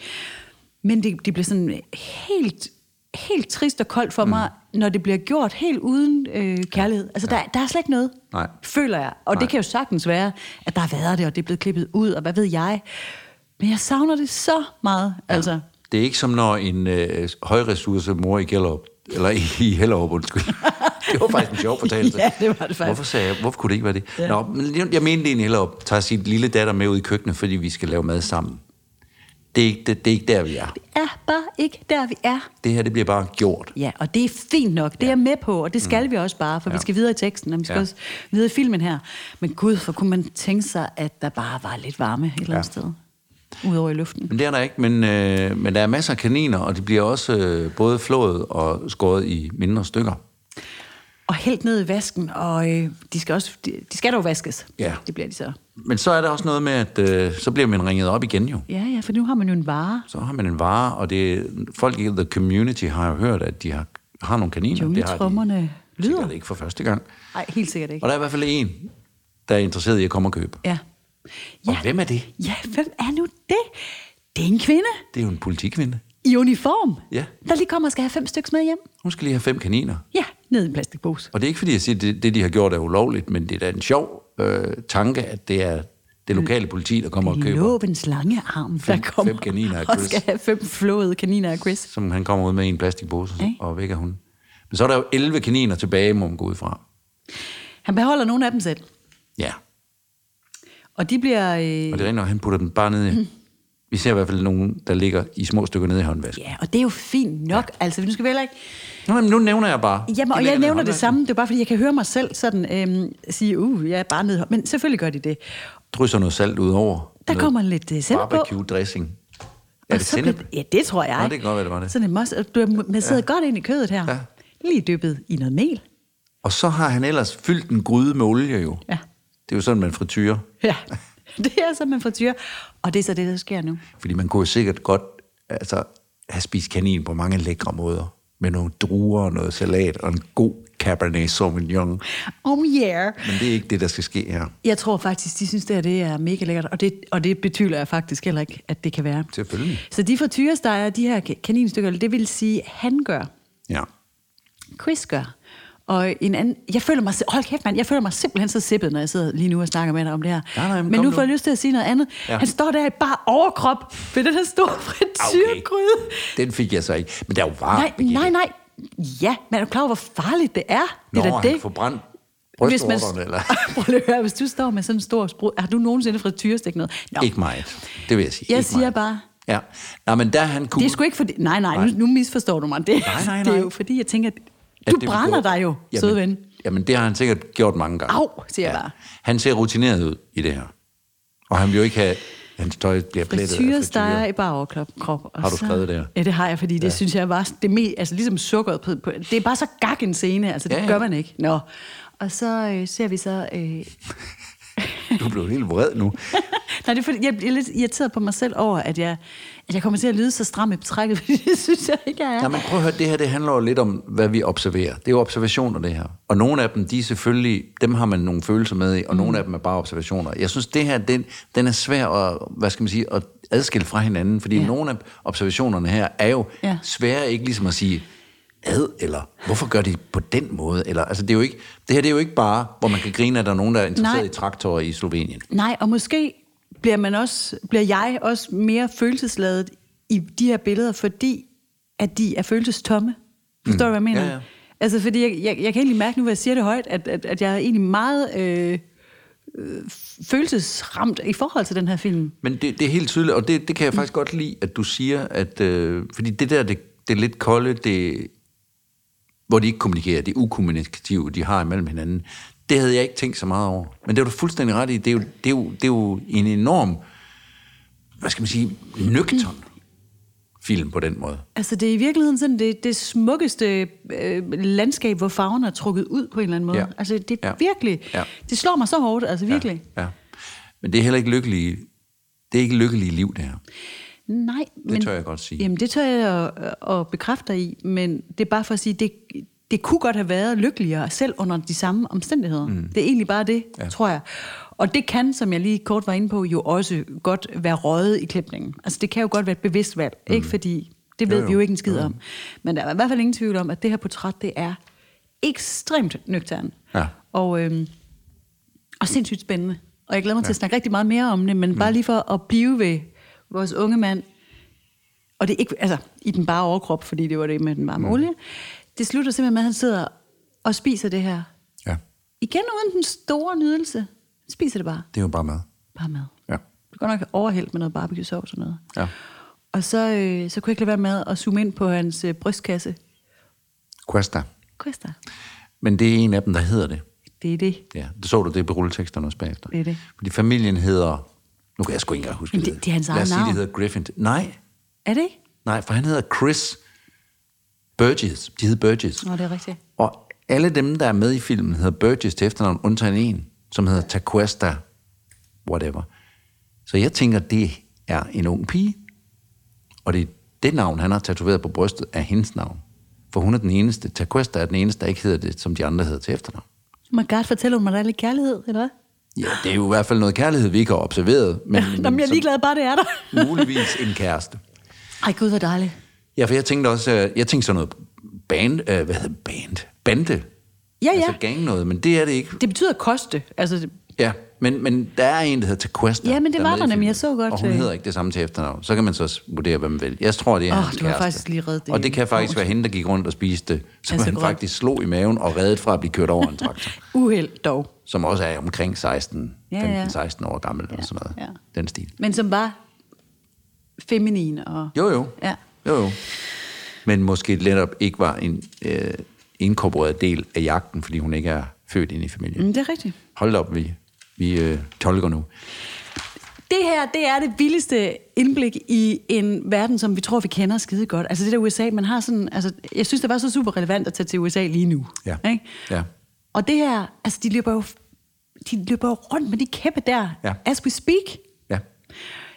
Men det, det bliver sådan helt, helt trist og koldt for mm. mig, når det bliver gjort helt uden øh, kærlighed. Altså, der, der er slet ikke noget,
Nej.
føler jeg. Og Nej. det kan jo sagtens være, at der har været det, og det er blevet klippet ud, og hvad ved jeg. Men jeg savner det så meget, ja. altså.
Det er ikke som når en øh, højressource mor i Gellerup, eller i, i Hellerup,
[laughs]
undskyld. Det var faktisk en sjov fortælling.
Ja, det var det faktisk.
Hvorfor, sagde jeg, hvorfor kunne det ikke være det? Ja. Nå, men jeg- jeg mente egentlig Hellerup tager sin lille datter med ud i køkkenet, fordi vi skal lave mad sammen. Det er ikke, det, det er ikke der, vi er.
er bare ikke der, vi er.
Det her, det bliver bare gjort.
Ja, og det er fint nok. Det er jeg med på, og det skal mm. vi også bare, for ja. vi
Ja.
skal videre i teksten, og vi skal ja.
Ja.
også videre i filmen her. Men gud, for kunne man tænke sig, at der bare var lidt varme et eller andet
Ja.
sted. Udover i luften.
Men det er der ikke, men, øh, men der er masser af kaniner, og de bliver også øh, både flået og skåret i mindre stykker.
Og helt ned i vasken, og øh, de, skal også, de, de skal dog vaskes.
Ja.
Det bliver de så.
Men så er der også noget med, at øh, så bliver man ringet op igen jo.
Ja, ja, for nu har man jo en vare.
Så har man en vare, og det, folk i the community har jo hørt, at de har, har nogle kaniner. Det har
Jungletrummerne
de
lyder.
sikkert ikke for første gang.
Nej, helt sikkert ikke.
Og der er i hvert fald en, der er interesseret i at komme og købe.
Ja.
Og
Ja,
hvem er det?
ja, hvem er nu det? Det er en kvinde
Det er jo en politikvinde.
i uniform,
Ja.
der lige kommer og skal have fem stykker med hjem.
Hun skal lige have fem kaniner.
Ja, ned i en plastikpose.
Og det er ikke fordi, jeg siger, at det, det de har gjort er ulovligt, men det er da en sjov øh, tanke, at det er, det Det lokale
Mm.
politi, der kommer og køber,
Lovens lange arm, der
Fem-
kommer
fem kaniner af
og
Chris.
skal have fem flåede kaniner af Chris.
som han kommer ud med i en plastikpose,
Ja.
og vækker hun. Men så er der jo 11 kaniner tilbage, må man gå ud fra.
Han beholder nogle af dem selv,
Ja,
og de bliver...
og
Øh, Mm.
det er rent, at han putter den bare ned i. Vi ser i hvert fald nogen, der ligger i små stykker nede i håndvasken.
ja, og det er jo fint nok. Ja. Altså, nu skal vi heller ikke...
Nå, men nu nævner jeg bare.
Jamen,
De
og
ligger
jeg
nede i
nævner det
håndvasken.
samme. Det er bare, fordi jeg kan høre mig selv sådan øhm, sige, uh, jeg er bare nede. Men selvfølgelig gør de det.
Drysser noget salt ud over.
Der
noget
kommer lidt uh, sennep på.
Barbecue dressing. Er
og
det
så blev-
sennep?
Ja, det tror jeg.
Nå, det kan godt være, det var det.
Sådan en mos, og du er masseret ja. godt ind i kødet her.
Ja.
Ja. Lige dyppet i noget
[laughs]
mel.
Og så har han ellers fyldt en gryde med olie jo.
Ja.
Det er jo sådan, man frityrer.
ja. Det er som man frityrer. Og det er så det, der sker nu.
Fordi man kunne jo sikkert godt altså, have spist kanin på mange lækre måder. Med nogle druer og noget salat og en god Cabernet Sauvignon.
Oh yeah.
Men det er ikke det, der skal ske her.
Jeg tror faktisk, de synes, det her det er mega lækkert, og det, og det betyder jeg faktisk heller ikke, at det kan være.
Selvfølgelig.
Så de fortyresteger, de her ka- kaninstykker, det vil sige, han gør,
Ja.
Chris gør. Og en anden, jeg føler mig, si- hold kæft mand, jeg føler mig simpelthen så sippet, når jeg sidder lige nu og snakker med dig om det her.
Nej, nej, men
men
kom
nu
nu.
får jeg lyst til at sige noget andet.
Ja. Ah,
Ja. Han står der i bare overkrop ved den her store frityrgryde. Okay.
Den fik jeg så ikke. Men der er jo varmt.
Nej,
Birgitte.
nej, nej. Ja, men er du klar over, hvor farligt det er?
Nå,
det
det
er da
han det. forbrændt
hvis man...
brystvorterne, eller?
Prøv lige at høre, hvis du står med sådan en stor sprud, har du nogensinde frityrestik noget? [laughs] Nå,
Ikke meget. Det vil jeg sige.
Jeg
ikke
siger
meget.
bare-
Ja. Nej, men der er han cool.
det er sgu ikke fordi... Nej, nej, nej. Nu, nu misforstår du mig. Det,
Nej, nej,
det er
nej.
jo fordi, jeg tænker,
at
du
det vil
brænder
gå-
dig jo, søde ven.
Jamen, det har han sikkert gjort mange gange.
Au, siger jeg bare.
Han ser rutineret ud i det her. Og han vil jo ikke have... Hans tøj bliver plettet af
Frityresteger i bare overkrop. Krop, og
Har du
så-
skrevet det her?
Ja, det har jeg, fordi det synes jeg var det mest... Altså ligesom sukkeret på, på... Det er bare så gak en scene, altså det
Ja, ja.
gør man ikke. Nå. Og så øh, ser vi så... Øh, [laughs]
Du blev helt vred nu.
Nej, det er fordi, jeg bliver lidt irriteret på mig selv over, at jeg, at jeg kommer til at lyde så stram i betrækket, [laughs] fordi det synes jeg ikke, jeg er.
Nej, men prøv at høre, det her det handler jo lidt om, hvad vi observerer. Det er jo observationer, det her. Og nogle af dem, de er selvfølgelig, dem har man nogle følelser med i, og
Mm.
nogle af dem er bare observationer. Jeg synes, det her, den, den er svær at, hvad skal man sige, at adskille fra hinanden, fordi ja.
Ja.
nogle af observationerne her er jo ja.
Ja.
svære ikke ligesom at sige, ad, eller hvorfor gør de på den måde? Eller, altså, det, er jo ikke, det her det er jo ikke bare, hvor man kan grine, at der er nogen, der er interesseret
Nej.
i traktorer i Slovenien.
Nej, og måske bliver, man også, bliver jeg også mere følelsesladet i de her billeder, fordi at de er følelsestomme. Forstår mm. du, hvad jeg mener?
Ja, ja.
Altså, fordi jeg, jeg, jeg kan egentlig mærke nu, hvor jeg siger det højt, at, at, at jeg er egentlig meget øh, øh, følelsesramt i forhold til den her film.
Men det, det er helt tydeligt, og det, det kan jeg faktisk godt lide, at du siger, at øh, fordi det der, det, det er lidt kolde, det, hvor de ikke kommunikerer, det ukommunikative, de har imellem hinanden, det havde jeg ikke tænkt så meget over. Men det var du fuldstændig ret i. Det er jo, det er jo, det er jo en enorm, hvad skal man sige, nøgtern film på den måde.
Altså, det er i virkeligheden sådan det, det smukkeste øh, landskab, hvor farven er trukket ud på en eller anden måde.
Ja.
Ja. Altså, det er
Ja.
ja. virkelig...
Ja.
Ja. Det slår mig så hårdt, altså virkelig. Ja.
Ja, ja. Men det er heller ikke lykkelige, det er ikke lykkelige liv, det her.
Nej, det
tør jeg godt sige.
Jamen, det tør jeg at, at bekræfte dig i, men det er bare for at sige, det, det kunne godt have været lykkeligere, selv under de samme omstændigheder. Mm. Det er egentlig bare det, ja. tror jeg. Og det kan, som jeg lige kort var inde på, jo også godt være røget i klipningen. Altså, det kan jo godt være et bevidst valg, mm. ikke? Fordi det ved
Jo,
jo,
jo.
jo. vi jo ikke en skid om. Men der er i hvert fald ingen tvivl om, at det her portræt, det er ekstremt nøgtern.
Ja.
Og... Øhm, og sindssygt spændende. Og jeg glæder mig ja. til at snakke rigtig meget mere om det, men mm. bare lige for at blive ved vores unge mand. Og det er ikke, altså, i den bare overkrop, fordi det var det med den varme mm. olie. Det slutter simpelthen med, at han sidder og spiser det her.
Ja,
Igen uden den store nydelse. Han Spiser det bare.
det er jo bare mad.
Bare mad.
Ja.
Du kan nok overhældt med noget barbecue sauce og noget.
Ja.
Og så, øh, så kunne jeg ikke lade være med at zoome ind på hans øh, brystkasse.
Questa.
Krista,
Men det er en af dem, der hedder det.
det er det.
Ja, det så du det på rulleteksterne også bagefter.
Det er det.
Fordi familien hedder... Nu kan jeg sgu ikke engang huske
Men det- det er hans
Lad os
eget
sige, det
navn.
hedder Griffin. Nej,
Er det ikke?
nej, for han hedder Chris Burgess. De hedder Burgess.
Nå, det er rigtigt.
Og alle dem, der er med i filmen, hedder Burgess til efternavn, undtagen en, som hedder Taquesta, whatever. Så jeg tænker, det er en ung pige, og det er det navn, han har tatoveret på brystet, er hendes navn. For hun er den eneste, Taquesta er den eneste, der ikke hedder det, som de andre hedder til efternavn.
Oh my god, fortæller hun mig, der er lidt kærlighed, eller hvad?
Ja, det er jo i hvert fald noget kærlighed, vi ikke har observeret, men,
[laughs] Nå, men jeg er
som
ligeglad, bare det er der.
[laughs] muligvis en kæreste.
[laughs] Ej gud, hvor dejligt.
Ja, for jeg tænkte også, øh, jeg tænkte sådan noget band, øh, hvad hedder band? Bande.
Ja, ja.
Altså gang noget, men det er det ikke.
Det betyder koste. Altså,
Ja, Men, men der er en, der hedder Tequesta.
Ja, men det
der er
var
med i
der nemlig.
filmen.
Jeg så godt,
Og hun
øh.
hedder ikke det samme til efternavn. Så kan man så s- vurdere, hvem man vil. Jeg tror, det er
Åh,
hans
du har
kæreste.
faktisk lige reddet det
Og det kan faktisk være hende, der gik rundt og spiste det. Som
Altså,
han
godt.
faktisk slog i maven og reddet fra at blive kørt over en traktor.
Uheld dog.
som også er omkring 16,
Ja, ja.
15-16 år gammel. Ja, eller sådan noget.
ja.
Den stil.
Men som var feminin og...
Jo, jo.
Ja.
Jo, jo. Men måske netop ikke var en øh, inkorporeret del af jagten, fordi hun ikke er født ind i familien. Mm.
Mm, det er rigtigt.
Hold da op, vi, vi øh, tolker nu.
Det her, det er det vildeste indblik i en verden, som vi tror, vi kender skide godt. Altså det der USA, man har sådan... Altså, jeg synes, det var så super relevant at tage til USA lige nu.
Ja.
Ikke?
Ja.
Og det her, altså de løber jo, de løber jo rundt med de kæppe der,
Ja.
as we speak.
Ja.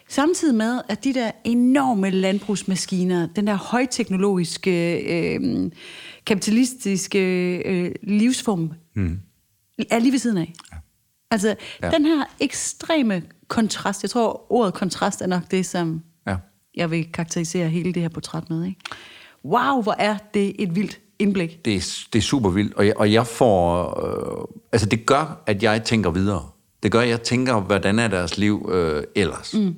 Samtidig med, at de der enorme landbrugsmaskiner, den der højteknologiske, øh, kapitalistiske øh, livsform, mm. er lige ved siden af. Ja. Altså, ja.
Ja.
den her ekstreme kontrast, jeg tror, ordet kontrast er nok det, som
Ja.
jeg vil karakterisere hele det her portræt med. Ikke? Wow, hvor er det et vildt indblik.
Det, er, det er super vildt, og jeg, og jeg får... Øh, altså, det gør, at jeg tænker videre. Det gør, at jeg tænker, hvordan er deres liv øh, ellers. Mm.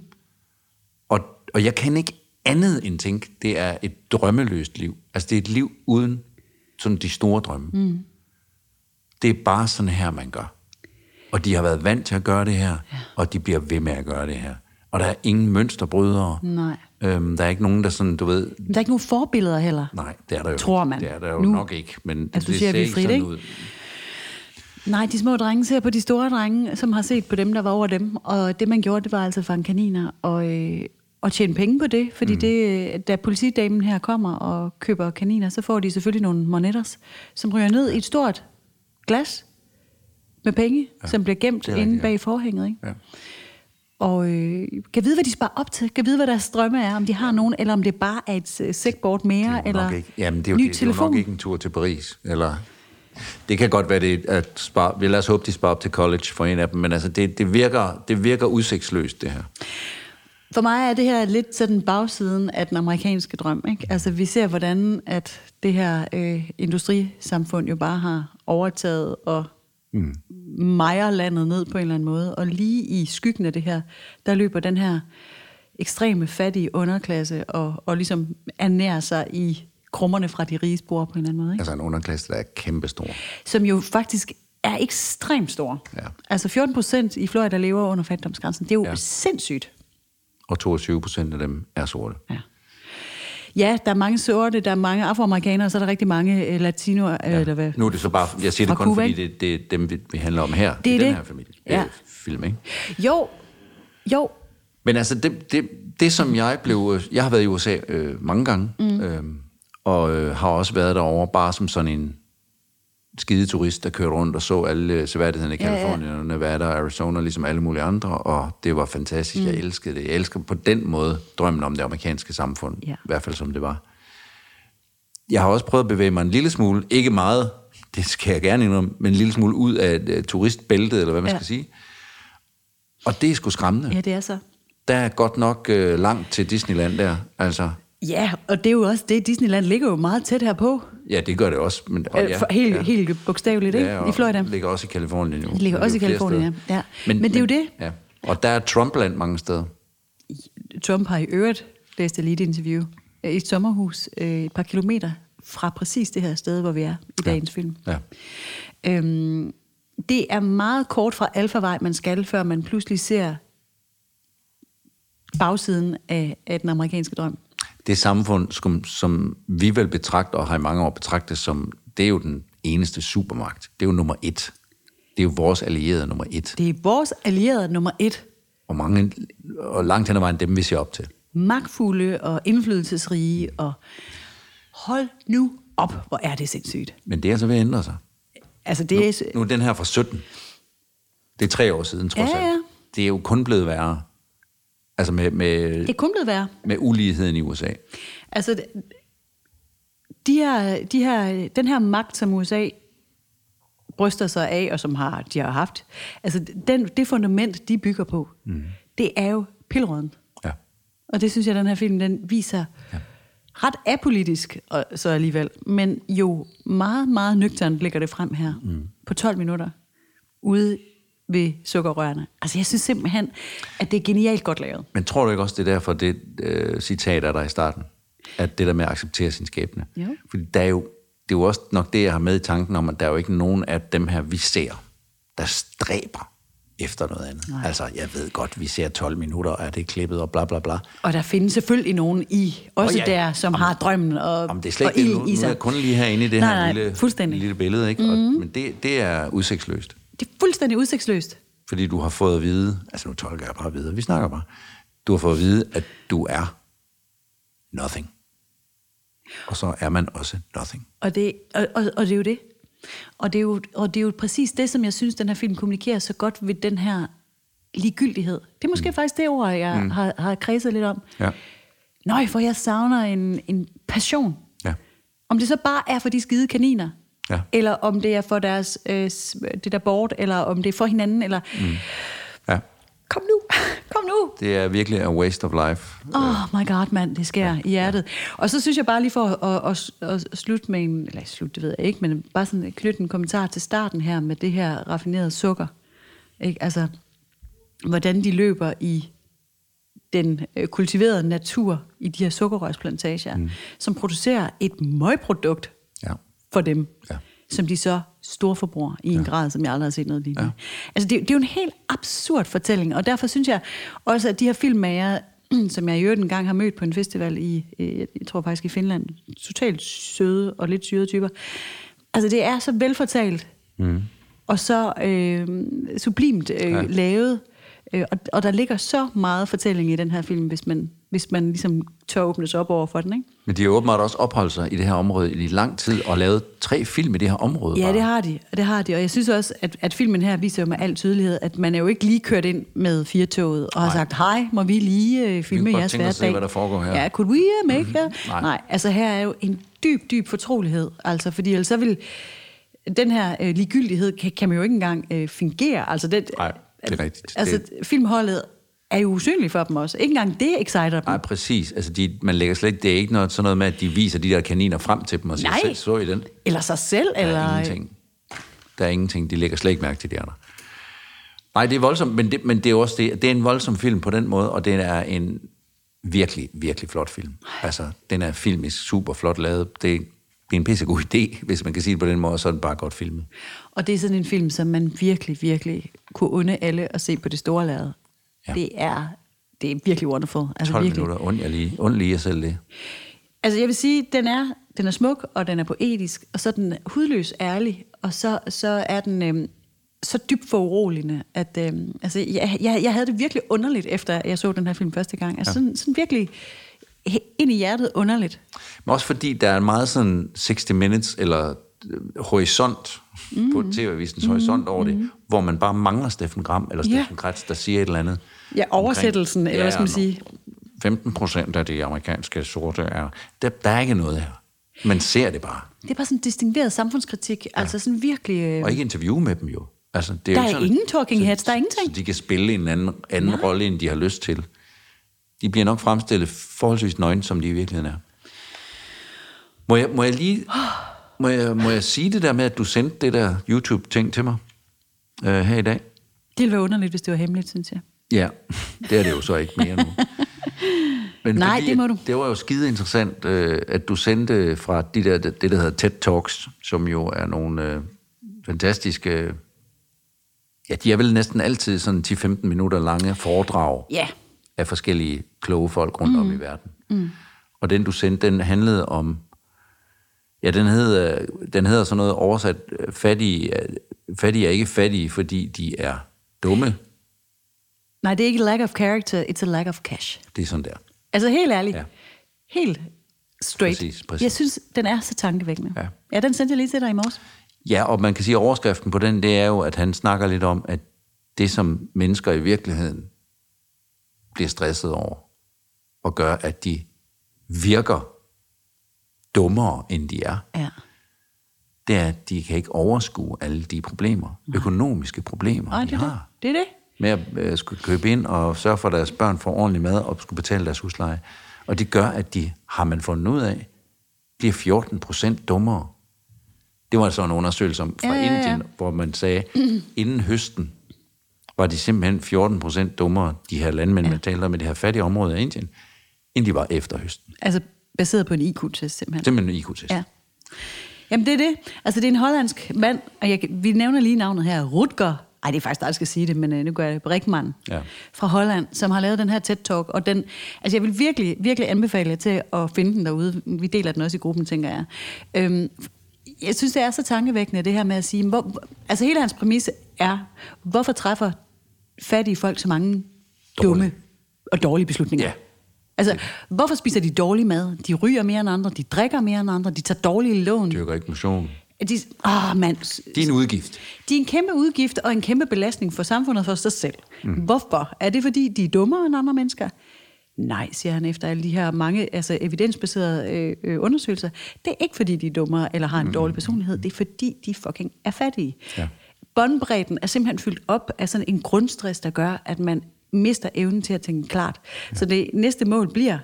Og, og jeg kan ikke andet end tænke, det er et drømmeløst liv. Altså, det er et liv uden sådan de store drømme. Mm. Det er bare sådan her, man gør. Og de har været vant til at gøre det her, ja. og de bliver ved med at gøre det her. Og der er ingen mønsterbrydere.
Nej.
Øhm, der er ikke nogen, der sådan, du ved,
Men Der er ikke nogen forbilleder heller.
Nej, det er der jo
Tror
ikke.
man.
Det er der jo
Nu
nok ikke, men det
associerer
ser
vi
ikke
frit,
sådan
ikke?
ud.
Nej, de små drenge ser på de store drenge, som har set på dem, der var over dem. Og det, man gjorde, det var altså at fange kaniner og, øh, og tjene penge på det. Fordi mm. det, øh, da politidamen her kommer og køber kaniner, så får de selvfølgelig nogle monetters, som ryger ned i et stort glas med penge, ja, som bliver gemt
det er
inde
rigtigt, ja.
bag forhænget. Ikke?
Ja.
Og øh, kan vide, hvad de sparer op til. Kan vide, hvad deres drømme er. Om de har nogen, eller om det bare er et øh, sækbord mere,
Det er jo
eller
nok ikke. Jamen, det er jo,
ny
det, det er jo
telefon.
nok ikke en tur til Paris, eller... Det kan godt være, det er at spare... Vi lad os håbe, de sparer op til college for en af dem, men altså, det, det, virker, det virker udsigtsløst, det her.
For mig er det her lidt sådan bagsiden af den amerikanske drøm. Ikke? Altså, vi ser, hvordan at det her øh, industrisamfund jo bare har overtaget og mm. mejer landet ned på en eller anden måde. Og lige i skyggen af det her, der løber den her ekstreme fattige underklasse og, og ligesom ernærer sig i krummerne fra de rige spor på en eller anden måde. Ikke?
Altså, en underklasse, der er kæmpestor.
Som jo faktisk er ekstremt store.
Ja.
Altså 14 procent i Florida lever under fattigdomsgrænsen. Det er jo ja.
Ja.
sindssygt.
Og 22 procent af dem er sorte.
Ja. Ja, der er mange sorte, der er mange afroamerikanere, og så er der rigtig mange øh, latinoer, ja. eller hvad?
Nu er det så bare... Jeg siger det
Fra
kun,
Cuba,
fordi
ikke?
det, det er dem, vi, vi handler om her.
Det er
i den
det.
her familie.
Ja.
Øh, film, ikke?
Jo, jo,
Men altså, det, det, det som jeg blev... øh, Jeg har været i USA øh, mange gange, mm. øh, og øh, har også været derovre bare som sådan en skide turist, der kørte rundt og så alle øh, seværdighederne i
Ja, ja.
Kalifornien, ja, ja. Nevada og Arizona, ligesom alle mulige andre, og det var fantastisk. Mm. Jeg elskede det. Jeg elsker på den måde drømmen om det amerikanske samfund,
Ja.
ja. i hvert fald som det var. Jeg har også prøvet at bevæge mig en lille smule, ikke meget, det skal jeg gerne indrømme, men en lille smule ud af øh, turistbæltet, eller hvad man
Ja.
ja. skal sige. Og det er sgu skræmmende
ja, det er så.
der er godt nok øh, langt til Disneyland der. Altså,
Ja, og det er jo også det, Disneyland ligger jo meget tæt herpå.
ja, det gør det også. Men, og
Øh,
ja,
for, helt,
ja,
helt bogstaveligt, ikke?
Ja, og
I Florida.
ligger også i Kalifornien jo.
Det ligger
Men
også
det
i
er jo flere
Californien,
steder.
ja. Ja. Men det er jo det.
Ja. Og der er Trumpland mange steder.
Trump har i øvrigt læst jeg lige et interview øh, i et sommerhus øh, et par kilometer fra præcis det her sted, hvor vi er i dagens film.
Ja.
Øhm, det er meget kort fra alfavej, man skal, før man pludselig ser bagsiden af, af den amerikanske drøm.
Det samfund, som, som vi vel betragter, og har i mange år betragtet som, det er jo den eneste supermagt. Det er jo nummer et. Det er jo vores allierede nummer et.
Det er vores allierede nummer et.
Og, mange, og langt hen ad vejen dem, vi ser op til.
Magtfulde og indflydelsesrige. Og hold nu op, hvor er det sindssygt.
Men det er altså ved at ændre sig.
Altså, det er,
Nu er den her fra 17. Det er tre år siden, trods
Ja,
alt.
ja.
Det er jo kun blevet værre. Altså med, med,
det er kun blevet værre.
med uligheden i USA.
Altså, de her, de her, den her magt, som USA bryster sig af, og som har, de har haft, altså den, det fundament, de bygger på, mm. det er jo pillerøden.
Ja.
Og det synes jeg, den her film, den viser ja. ret apolitisk, og så alligevel, men jo meget, meget nøgternt ligger det frem her mm. på 12 minutter, ude ved sukkerrørene. Altså, jeg synes simpelthen, at det er genialt godt lavet.
Men tror du ikke også, det er derfor, det øh, citat er der i starten? At det der med at acceptere sin skæbne.
Jo.
Fordi der er jo, det er jo også nok det, jeg har med i tanken om, at der er jo ikke nogen af dem her, vi ser, der stræber efter noget andet. Nej. Altså, jeg ved godt, vi ser 12 minutter, og er det klippet, og bla bla bla.
Og der findes selvfølgelig nogen i, også
Åh, ja.
ja. der, som om, har drømmen og,
Om det er slet
og
ikke det, nu,
ilden
nu er jeg kun lige herinde i det
nej,
her
nej,
lille,
fuldstændig. Mhm.
lille billede, ikke? Mm-hmm. Og, men det, det er udsigtsløst.
Det er fuldstændig udsigtsløst.
fordi du har fået at vide, altså nu tolker jeg bare videre, vi snakker bare, du har fået at vide, at du er nothing. Og så er man også nothing.
Og det, og, og, og det er jo det. Og det er jo, og det er jo præcis det, som jeg synes, den her film kommunikerer så godt ved den her ligegyldighed. Det er måske mm. faktisk det ord, jeg mm. har, har kredset lidt om.
Ja.
Nøj, for jeg savner en, en passion.
Ja.
Om det så bare er for de skide kaniner,
Ja.
eller om det er for deres, øh, s- det der board, eller om det er for hinanden, eller mm.
ja.
kom nu, [laughs] kom nu.
Det er virkelig a waste of life.
Oh my god, mand, det sker ja, i hjertet. Og så synes jeg bare lige for at, at, at, at slutte med en, eller slutte, det ved jeg ikke, men bare sådan at knytte en kommentar til starten her med det her raffinerede sukker. Ikke? Altså, hvordan de løber i den øh, kultiverede natur i de her sukkerrørsplantager, mm. som producerer et møgprodukt
Ja.
for dem,
Ja.
som de så storforbruger i en ja. grad, som jeg aldrig har set noget lignende. Ja. Altså, det, det er jo en helt absurd fortælling, og derfor synes jeg også, at de her filmmager, [clears throat] som jeg i øvrigt engang har mødt på en festival i, øh, jeg tror faktisk i Finland, totalt søde og lidt syrede typer, altså det er så velfortalt, mm. og så øh, sublimt øh, ja. lavet, øh, og, og der ligger så meget fortælling i den her film, hvis man, hvis man ligesom tør åbne sig op over for den, ikke?
Men de har åbenbart også opholdt sig i det her område i lang tid, og lavet tre film i det her område.
Ja,
bare.
det har de, og det har de. Og jeg synes også, at, at filmen her viser jo med al tydelighed, at man er jo ikke lige kørt ind med firtoget og har sagt, hej, må vi lige øh, filme
Vi kunne godt
jeres
tænke os
hverdag?
at se, hvad der foregår her. Mhm.
Ja, could we uh, make mm-hmm.
Nej.
Nej. Nej, altså her er jo en dyb, dyb fortrolighed, altså, fordi ellers så vil den her øh, ligegyldighed, kan, kan man jo ikke engang øh, fingere. Altså, det,
Nej, det er rigtigt.
Altså,
Det-
filmholdet er jo usynligt for dem også. Ikke engang det exciter dem.
Nej, præcis. Altså, de, man lægger slet ikke, det er ikke noget, sådan noget med, at de viser de der kaniner frem til dem og siger,
Nej.
"Se, så i den.
Eller sig selv,
Der
eller...
er ingenting. Der er ingenting. De lægger slet ikke mærke til de andre. Nej, det er voldsomt, men det, men det er jo også det, det er en voldsom film på den måde, og den er en virkelig, virkelig flot film. Altså, den er filmisk super flot lavet. Det, det er en pissegod idé, hvis man kan sige det på den måde, og så er den bare godt filmet.
Altså, Og det er sådan en film, som man virkelig, virkelig kunne unde alle at se på det store lærred.
Ja.
Ja. Det er det er virkelig wonderful. Altså
12
virkelig.
minutter, ond jeg lige, ond lige jeg selv det.
Altså jeg vil sige, den er, den er smuk, og den er poetisk, og så er den hudløs ærlig, og så, så er den øhm, så dybt foruroligende, at øhm, altså, jeg, jeg, jeg havde det virkelig underligt, efter jeg så den her film første gang. Altså ja. sådan, sådan virkelig he- ind i hjertet underligt.
Men også fordi der er en meget sådan 60 minutes eller øh, horisont mm-hmm.
Mm.
på TV-avisens mm-hmm. horisont over det, hvor man bare mangler Steffen Gram eller
Ja.
Steffen Kretz, der siger et eller andet.
Ja, oversættelsen, eller hvad skal man sige?
15 procent af det amerikanske sorte er... Der, der er ikke noget her. Man ser det bare.
Det er bare sådan en distingueret samfundskritik, ja. altså sådan virkelig... Øh,
Og ikke interview med dem jo. Altså, det er
Der
jo
er
sådan,
ingen talking
så-
heads, der er ingenting.
Så de kan spille en anden, anden rolle, end de har lyst til. De bliver nok fremstillet forholdsvis nøgne, som de i virkeligheden er. Må jeg, må jeg lige... Må jeg, må jeg sige det der med, at du sendte det der YouTube-ting til mig øh, her i dag?
det ville være underligt, hvis det var hemmeligt, synes jeg.
Ja, det er det jo så ikke mere
[laughs]
nu. Men
Nej, det må
at-
du.
Det var jo skide interessant, øh, at du sendte fra de der, det, der hedder TED Talks, som jo er nogle øh, fantastiske... Ja, de er vel næsten altid sådan 10-15 minutter lange foredrag
Ja,
af forskellige kloge folk rundt mm. om i verden. Mm. Og den, du sendte, den handlede om... Ja, den hedder, den hedder sådan noget oversat, øh, fattige, er- fattige er ikke fattige, fordi de er dumme.
Nej, det er ikke lack of character, it's a lack of cash.
Det er sådan der.
Altså helt ærligt.
Ja.
Ja. Helt straight.
Præcis, præcis.
Jeg synes, den er så tankevækkende.
Ja.
ja, den sendte jeg lige til dig i morges.
Ja, og man kan sige, at overskriften på den, det er jo, at han snakker lidt om, at det, som mennesker i virkeligheden bliver stresset over, og gør, at de virker dummere, end de er,
Ja.
det er, at de kan ikke overskue alle de problemer, økonomiske problemer,
Ej,
de
det, er det.
har.
det er det.
Med at øh, skulle købe ind og sørge for, at deres børn får ordentlig mad og skulle betale deres husleje. Og det gør, at de, har man fundet ud af, bliver 14 procent dummere. Det var altså en undersøgelse om, fra ja,
Ja,
ja, ja.
ja, ja.
Indien, hvor man sagde, inden høsten, var de simpelthen 14 procent dummere, de her landmænd, ja. man talte om i det her fattige område af Indien, end de var efter høsten.
Altså baseret på en IQ-test simpelthen.
Simpelthen en IQ-test.
Ja. Jamen, det er det. Altså, det er en hollandsk mand, og jeg, vi nævner lige navnet her, Rutger. Ej, det er faktisk dig, der skal sige det, men øh, nu gør jeg det. Brinkmann
Ja.
fra Holland, som har lavet den her TED-talk. Og den, altså, jeg vil virkelig, virkelig anbefale jer til at finde den derude. Vi deler den også i gruppen, tænker jeg. Øhm, jeg synes, det er så tankevækkende, det her med at sige... Hvor, altså, hele hans præmis er, hvorfor træffer fattige folk så mange dumme
Dårlige.
og dårlige beslutninger?
Ja.
Altså, hvorfor spiser de dårlig mad? De ryger mere end andre, de drikker mere end andre, de tager dårlige lån.
Dyrker ikke motion.
De, åh, mand.
Det er en udgift.
De er en kæmpe udgift og en kæmpe belastning for samfundet og for sig selv. Mm. Hvorfor? Er det, fordi de er dummere end andre mennesker? Nej, siger han efter alle de her mange altså evidensbaserede øh, øh, undersøgelser. Det er ikke, fordi de er dummere eller har en mm. dårlig personlighed. Det er, fordi de fucking er fattige.
Ja.
Båndbredden er simpelthen fyldt op af sådan en grundstress, der gør, at man mister evnen til at tænke klart. Ja. Så det næste mål bliver,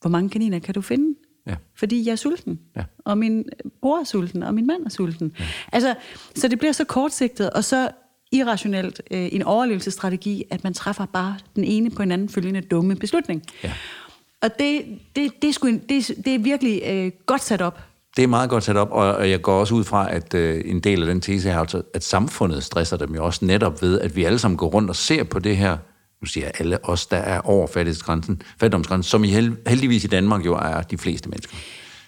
hvor mange kaniner kan du finde?
Ja.
Fordi jeg er sulten.
Ja.
Og min bror er sulten, og min mand er sulten. Ja. Altså, så det bliver så kortsigtet, og så irrationelt øh, en overlevelsesstrategi, at man træffer bare den ene på en anden følgende dumme beslutning.
Ja.
Og det, det, det, er sgu en, det, er- det er virkelig øh, godt sat op.
Det er meget godt sat op, og og jeg går også ud fra, at øh, en del af den tese her, altså, at samfundet stresser dem jo også netop ved, at vi alle sammen går rundt og ser på det her, nu siger jeg alle os, der er over fattigdomsgrænsen, fattigdomsgrænsen som i hel, heldigvis i Danmark jo er de fleste mennesker.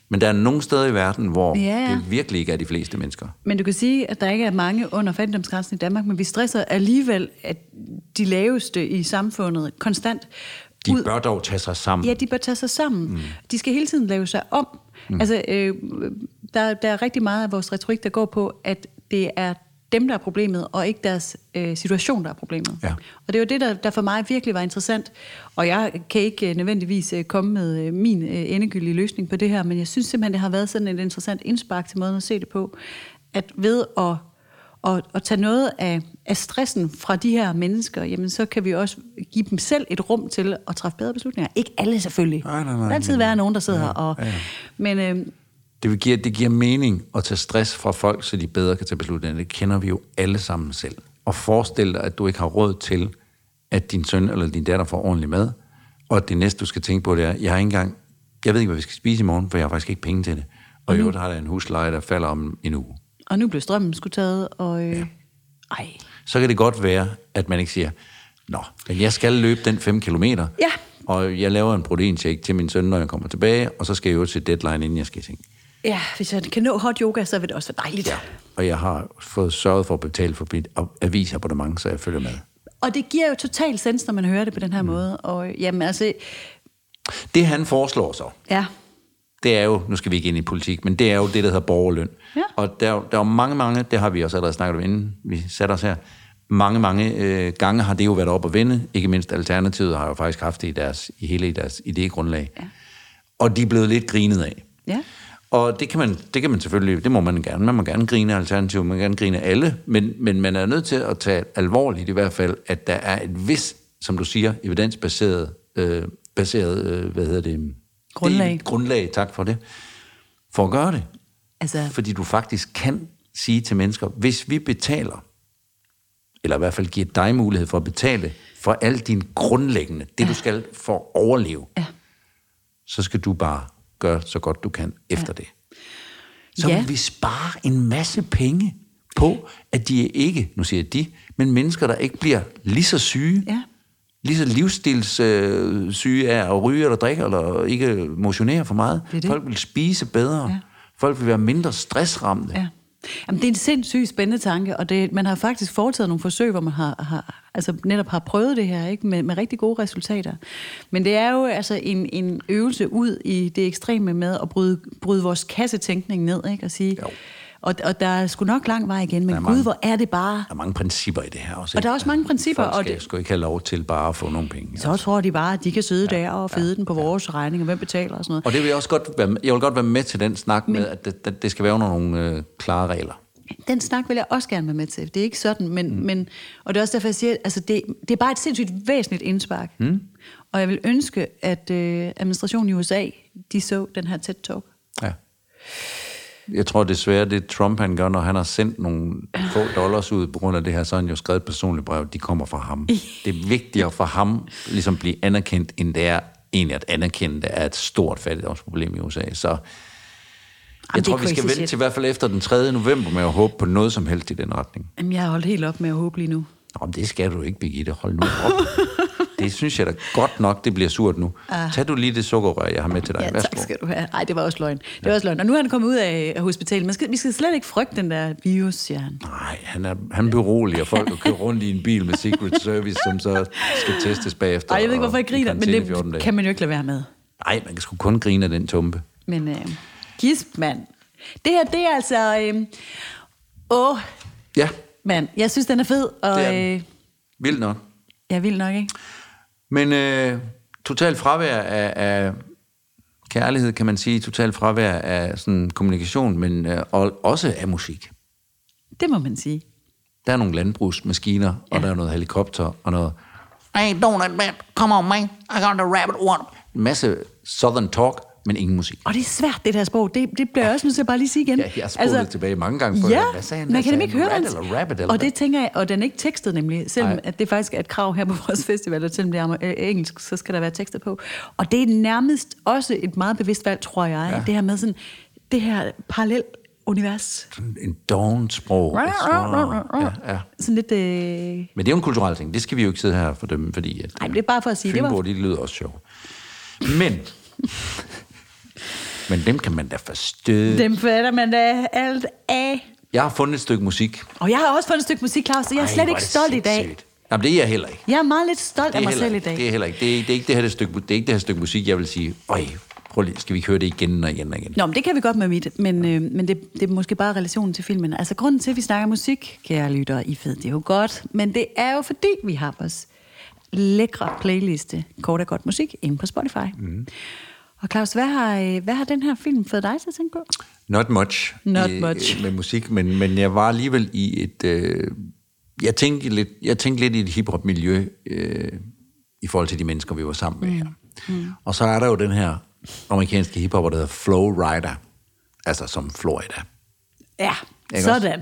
Men der er nogle steder i verden, hvor
Ja, ja.
det virkelig ikke er de fleste mennesker.
Men du kan sige, at der ikke er mange under fattigdomsgrænsen i Danmark, men vi stresser alligevel, at de laveste i samfundet konstant
De Ud. bør dog tage sig sammen.
Ja, de bør tage sig sammen. Mm. De skal hele tiden lave sig om. Mm. Altså, øh, der, der er rigtig meget af vores retorik, der går på, at det er dem, der er problemet, og ikke deres øh, situation, der er problemet.
Ja.
Og det var det, der, der for mig virkelig var interessant. Og jeg kan ikke øh, nødvendigvis øh, komme med øh, min øh, endegyldige løsning på det her, men jeg synes simpelthen, det har været sådan et interessant indspark til måden at se det på, at ved at, at, at tage noget af, af stressen fra de her mennesker, jamen så kan vi også give dem selv et rum til at træffe bedre beslutninger. Ikke alle selvfølgelig.
Nej, nej, nej,
der vil altid
men-
være nogen, der sidder her. Og, ja, ja. Men øh,
Det, vil give, det giver mening at tage stress fra folk, så de bedre kan tage beslutninger. Det kender vi jo alle sammen selv. Og forestil dig, at du ikke har råd til, at din søn eller din datter får ordentlig mad, og at det næste, du skal tænke på, det er, jeg har ikke engang, jeg ved ikke, hvad vi skal spise i morgen, for jeg har faktisk ikke penge til det. Og i øvrigt har der en husleje, der falder om en uge.
og nu blev strømmen skulle taget, og... Øh, ja. Ej.
Så kan det godt være, at man ikke siger, nå, men jeg skal løbe den 5 kilometer,
Ja.
og jeg laver en proteinshake til min søn, når jeg kommer tilbage, og så skal jeg jo til deadline, inden jeg skal i seng.
Ja, hvis jeg kan nå hot yoga, så vil det også være dejligt. Ja.
og jeg har fået sørget for at betale for mit ab- avisabonnement, så jeg følger med.
Og det giver jo total sens, når man hører det på den her mm. måde. Og øh, jamen altså,
Det han foreslår så,
ja,
det er jo, nu skal vi ikke ind i politik, men det er jo det, der hedder borgerløn.
Ja.
Og der, er jo- der er jo mange, mange, det har vi også allerede snakket om, inden vi satte os her, mange, mange øh, gange har det jo været op at vende. Ikke mindst Alternativet har jo faktisk haft det i, deres, i hele deres idégrundlag. Ja. Og de er blevet lidt grinet af.
ja.
Og det kan, man, det kan man selvfølgelig, det må man gerne. Man må gerne grine af alternativet, man må gerne grine af alle, men, men man er nødt til at tage alvorligt i hvert fald, at der er et vis, som du siger, evidensbaseret, øh, baseret, øh, hvad hedder det?
Grundlag.
Det er et grundlag, tak for det, for at gøre det.
Altså,
Fordi du faktisk kan sige til mennesker, hvis vi betaler, eller i hvert fald giver dig mulighed for at betale for alt din grundlæggende, det ja. du skal for at overleve,
Ja.
så skal du bare gøre så godt du kan efter ja. det. Så
Ja.
ja. vil vi spare en masse penge på, at de ikke, nu siger jeg de, men mennesker, der ikke bliver lige så syge,
Ja.
lige så livsstilssyge øh, syge af at ryge eller drikke, eller ikke motionere for meget.
Det er det.
Folk vil spise bedre.
Ja.
Ja. Folk vil være mindre stressramte.
Ja. Jamen, det er en sindssygt spændende tanke, og det, man har faktisk foretaget nogle forsøg, hvor man har, har altså netop har prøvet det her ikke? Med, med rigtig gode resultater. Men det er jo altså en, en øvelse ud i det ekstreme med at bryde, bryde vores kassetænkning ned ikke? og sige,
Jo.
og, og der er sgu nok lang vej igen, men
er
gud,
mange.
hvor er det bare...
Der er mange principper i det her også.
Og der er også mange principper,
Folk
og
skal,
det-
skal ikke have lov til bare at få nogle penge.
Så tror de bare, at de kan sidde ja, der og fede ja, den på vores regning, og hvem betaler og sådan noget.
Og det vil jeg også godt være med, jeg vil godt være med til den snak med, at det, det- det skal være under nogle øh, klare regler.
Den snak vil jeg også gerne være med til. Det er ikke sådan, men, mm. men og det er også derfor, jeg siger, at altså det, det er bare et sindssygt væsentligt indspark. Mm. Og jeg vil ønske, at øh, administrationen i USA, de så den her TED-talk.
Ja. Jeg tror desværre, det Trump han gør, når han har sendt nogle få dollars ud på grund af det her, så har han jo skrevet et personligt brev, de kommer fra ham. Det er vigtigere for ham ligesom at blive anerkendt, end det er egentlig at anerkende, det er et stort fattigdomsproblem i USA. Så jeg
Jamen, det er
tror, vi skal
crazy
vente
shit.
til i hvert fald efter den 3. november med at håbe på noget som helst i den retning.
Jamen, jeg har holdt helt op med at håbe lige nu.
Nå, men det skal du ikke, Birgitte. Hold nu
[laughs]
op. det synes jeg da godt nok, det bliver surt nu. Tag du lige det sukkerrør, jeg har med til dig.
Ah. Ja,
Værsgo.
tak skal du have. Nej, det var også løgn. Det var også løgn. Og nu er han kommet ud af, af hospitalet. Man skal, vi skal slet ikke frygte den der virus, siger han.
Nej, han, er, han beroliger folk og kører rundt i en bil med Secret Service, som så skal testes bagefter.
Ej, jeg ved ikke,
og
hvorfor jeg
i
griner, men
karantæne 14
det
dage.
kan man jo ikke lade være med.
Nej, man kan sgu kun grine af den tumpe.
Men øh, gisp, mand. Det her, det er altså... Øh, åh,
Ja,
mand. Jeg synes, den er fed, og
Det
det
er
er
den.
øh,
vildt nok.
jeg vil nok, ikke?
Men øh, total fravær af, af kærlighed, kan man sige. Total fravær af sådan, kommunikation, men øh, og, også af musik.
Det må man sige.
Der er nogle landbrugsmaskiner, ja. og der er noget helikopter, og noget...
Hey, donut man, come on, man. I got the rabbit one.
En masse southern talk, men ingen musik.
Og det er svært, det der sprog. Det, det bliver jeg også nødt til at bare lige sige igen. Altså,
Ja, jeg har spurgt det tilbage mange gange, for
ja,
hvad sagde han?
man
Hvad
kan
sagde
nemlig ikke
han?
høre
Rat
hans-
eller rabbit, eller
og
hvad?
det tænker jeg, og den er ikke tekstet nemlig, selvom
Nej.
at det faktisk er et krav her på
[laughs]
vores festival, og selvom det er amer- øh, engelsk, så skal der være tekster på. Og det er nærmest også et meget bevidst valg, tror jeg, ja. det her med sådan, det her parallel univers.
Sådan En doven sprog. Ja, ja.
Sådan lidt... Øh,
Men det er jo en kulturel ting. Det skal vi jo ikke sidde her og fordømme, fordi... At,
Ej, men det er bare for at sige, det var-
Fynboer, det var... de lyder også sjovt. Men...
[laughs]
men dem kan man da forstå. Dem...
dem fatter man da alt af.
Jeg har fundet et stykke musik.
Og jeg har også fundet et stykke musik, Claus, så jeg er
Ej,
slet
hvor
ikke
det
stolt i dag.
sindssygt. Jamen, det er jeg heller ikke.
Jeg er meget lidt stolt
Det
af
er,
mig
heller,
selv i
ikke.
dag.
det er heller ikke. Det er, det er ikke det her det stykke, det er ikke det her stykke musik, jeg vil sige, øj, prøv lige, skal vi ikke høre det igen og igen og igen?
Nå, men det kan vi godt med mit, men, øh, men det, det er måske bare relationen til filmen. Altså, grunden til, at vi snakker musik, kære lyttere, I ved det jo godt, men det er jo fordi, vi har vores lækre playliste, kort og godt musik, inde på Spotify.
Mhm.
Mm. Og Claus, hvad har, øh, hvad har den her film fået dig til at tænke på?
Not much.
Not
øh,
much.
øh, Med musik, men, men jeg var alligevel i et... Øh, jeg, tænkte lidt, jeg tænkte lidt i et hiphop miljø øh, i forhold til de mennesker, vi var sammen med her. Mm. Og så er der jo den her amerikanske hiphopper, der hedder Flow Rider. Altså som Florida.
Ja,
Ikke
sådan.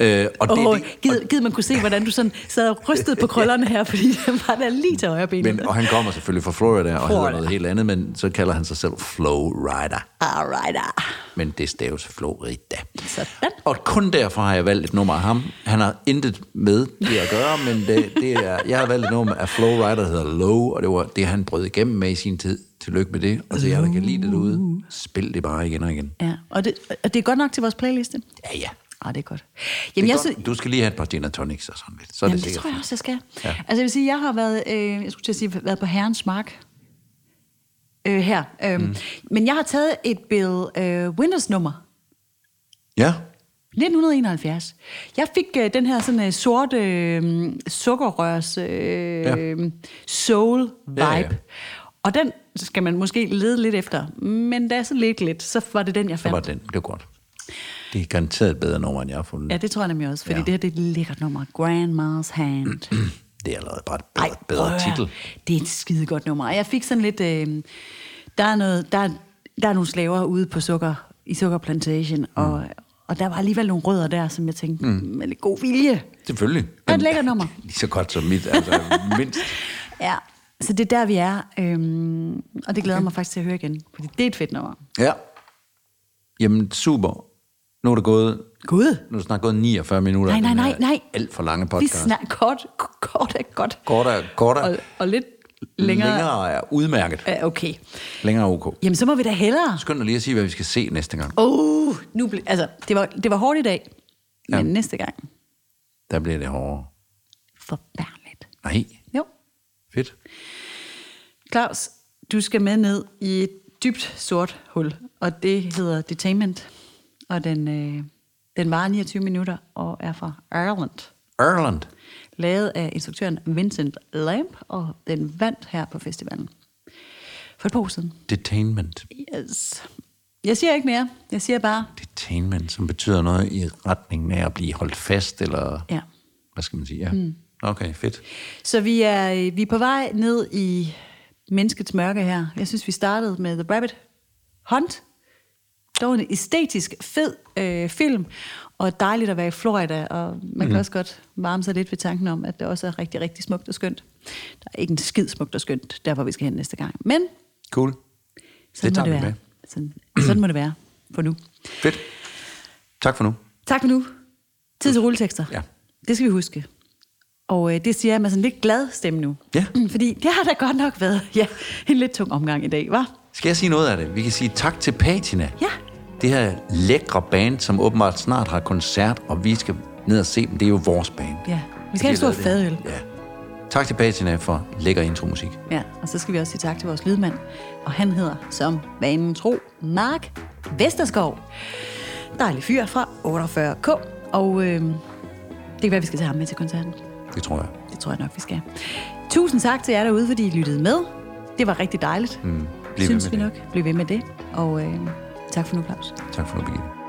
Øh, og det,
Åh,
det,
gid, gid man kunne se, hvordan du sådan sad og rystede
[laughs]
på krøllerne her, fordi den var der lige til højre benet.
men, og han kommer selvfølgelig fra Florida og hedder
Florida.
noget helt andet, men så kalder han sig selv Flow Rider.
Alright, ah.
men det staves Florida.
Sådan.
Og kun derfor har jeg valgt et nummer af ham. Han har intet med det at gøre, men det, det er, jeg har valgt et nummer af Flowrider, der hedder Low, og det var det, han brød igennem med i sin tid. Tillykke med det, og til jer, der kan lide det derude, spil det bare igen og igen.
Ja, og det, og det er godt nok til vores playliste.
Ja, ja.
Ah, det er godt.
Det
Jamen,
er
jeg,
godt.
sy-
Du skal lige have et par gin og tonics og sådan lidt. Så er
Jamen,
det
det,
sikkert.
tror jeg også, jeg skal. Ja. Altså, jeg vil sige, jeg har været, øh, jeg skulle til at sige, været på Herrens Mark øh, her. Øh, mm. Men jeg har taget et Bill øh, Winters-nummer,
Ja.
1971. Jeg fik øh, den her sådan øh, sorte øh, sukkerrørs øh,
Ja.
ja. soul vibe.
Ja,
Ja,
ja.
ja. Og den skal man måske lede lidt efter. Men da jeg så ledte lidt, så var det den, jeg
Det var
fandt.
den. Det var godt. Det er garanteret et bedre nummer, end jeg har fundet.
Ja, det tror jeg nemlig også, fordi
Ja.
ja. det her det er et lækkert nummer. Grandma's Hand.
Det er allerede bare et bedre, Ej,
prøv
bedre
at høre.
titel.
Det er et skide godt nummer. Og Jeg fik sådan lidt... Øh, der, er noget, der, der er nogle slaver ude på sukker, i sukkerplantation, mm. og, og der var alligevel nogle rødder der, som jeg tænkte, mm. med lidt god vilje.
Selvfølgelig.
er et
Men-
lækkert nummer.
[laughs] Lige så godt som mit, altså mindst.
Ja. Så det er der, vi er. Øhm, og det glæder okay. mig faktisk til at høre igen, fordi det er et fedt nummer.
Ja. Jamen, super. Nu er det gået...
Gud!
Nu er det snart gået 49 minutter.
Nej,
af
nej,
den her
nej, nej.
Alt for lange
Vi
podcast.
snakker kort, kort er godt.
Kort er, kort er,
Og, og lidt længere.
længere. længere er udmærket.
Ja, okay.
Længere er ok.
Jamen, så må vi da hellere.
Skynd dig lige at sige, hvad vi skal se næste gang.
Oh, nu ble, altså, det var, det var hårdt i dag, men
Ja.
næste gang,
Der bliver det hårdere.
forfærdeligt.
Nej,
Jo.
fedt.
Claus, du skal med ned i et dybt sort hul, og det hedder Detainment. Og den, øh, den varer 29 minutter og er fra Ireland.
Ireland.
Lavet af instruktøren Vincent Lamp, og den vandt her på festivalen. For et par år siden.
Detainment.
Yes. Jeg siger ikke mere. Jeg siger bare,
Detainment, som betyder noget i retningen af at blive holdt fast, eller...
ja.
Hvad skal man sige? Ja. Mm. Okay, fedt.
Så vi er, øh, vi er på vej ned i menneskets mørke her. Jeg synes, vi startede med The Rabbit Hunt. Det var en æstetisk fed øh, film, og dejligt at være i Florida, og man
Mhm.
kan også godt varme sig lidt ved tanken om, at det også er rigtig, rigtig smukt og skønt. Der er ikke en skid smukt og skønt, der hvor vi skal hen næste gang. Men
Cool.
sådan
Det
må
tager
det
vi
være.
med.
Sådan, sådan må det være for nu.
Fedt. Tak for nu.
Tak for nu. Tid til rulletekster.
Ja.
Det skal vi huske. Og øh, det siger jeg med sådan lidt glad stemme nu. Mm,
Ja.
Fordi det har da godt nok været ja, en lidt tung omgang i dag, var?
Skal jeg sige noget af det? Vi kan sige tak til Patina.
Ja.
Det her lækre band, som åbenbart snart har koncert, og vi skal ned og se dem. Det er jo vores band.
Ja. Vi skal have en stor
At de har lavet
fadøl.
det her. Ja. Tak til Patina for lækker intromusik.
Ja, og så skal vi også sige tak til vores lydmand. Og han hedder, som vanen tro, Mark Vesterskov. Dejlig fyr fra 48K. Og øh, det kan være, vi skal tage ham med til koncerten.
Det tror jeg.
Det tror jeg nok, vi skal. Tusind tak til jer derude, fordi I lyttede med. Det var rigtig dejligt. Mm,
ved
Synes
med det.
vi nok. Bliv ved med det. Og øh, tak for nu, Claus.
Tak for nu, Birgitte.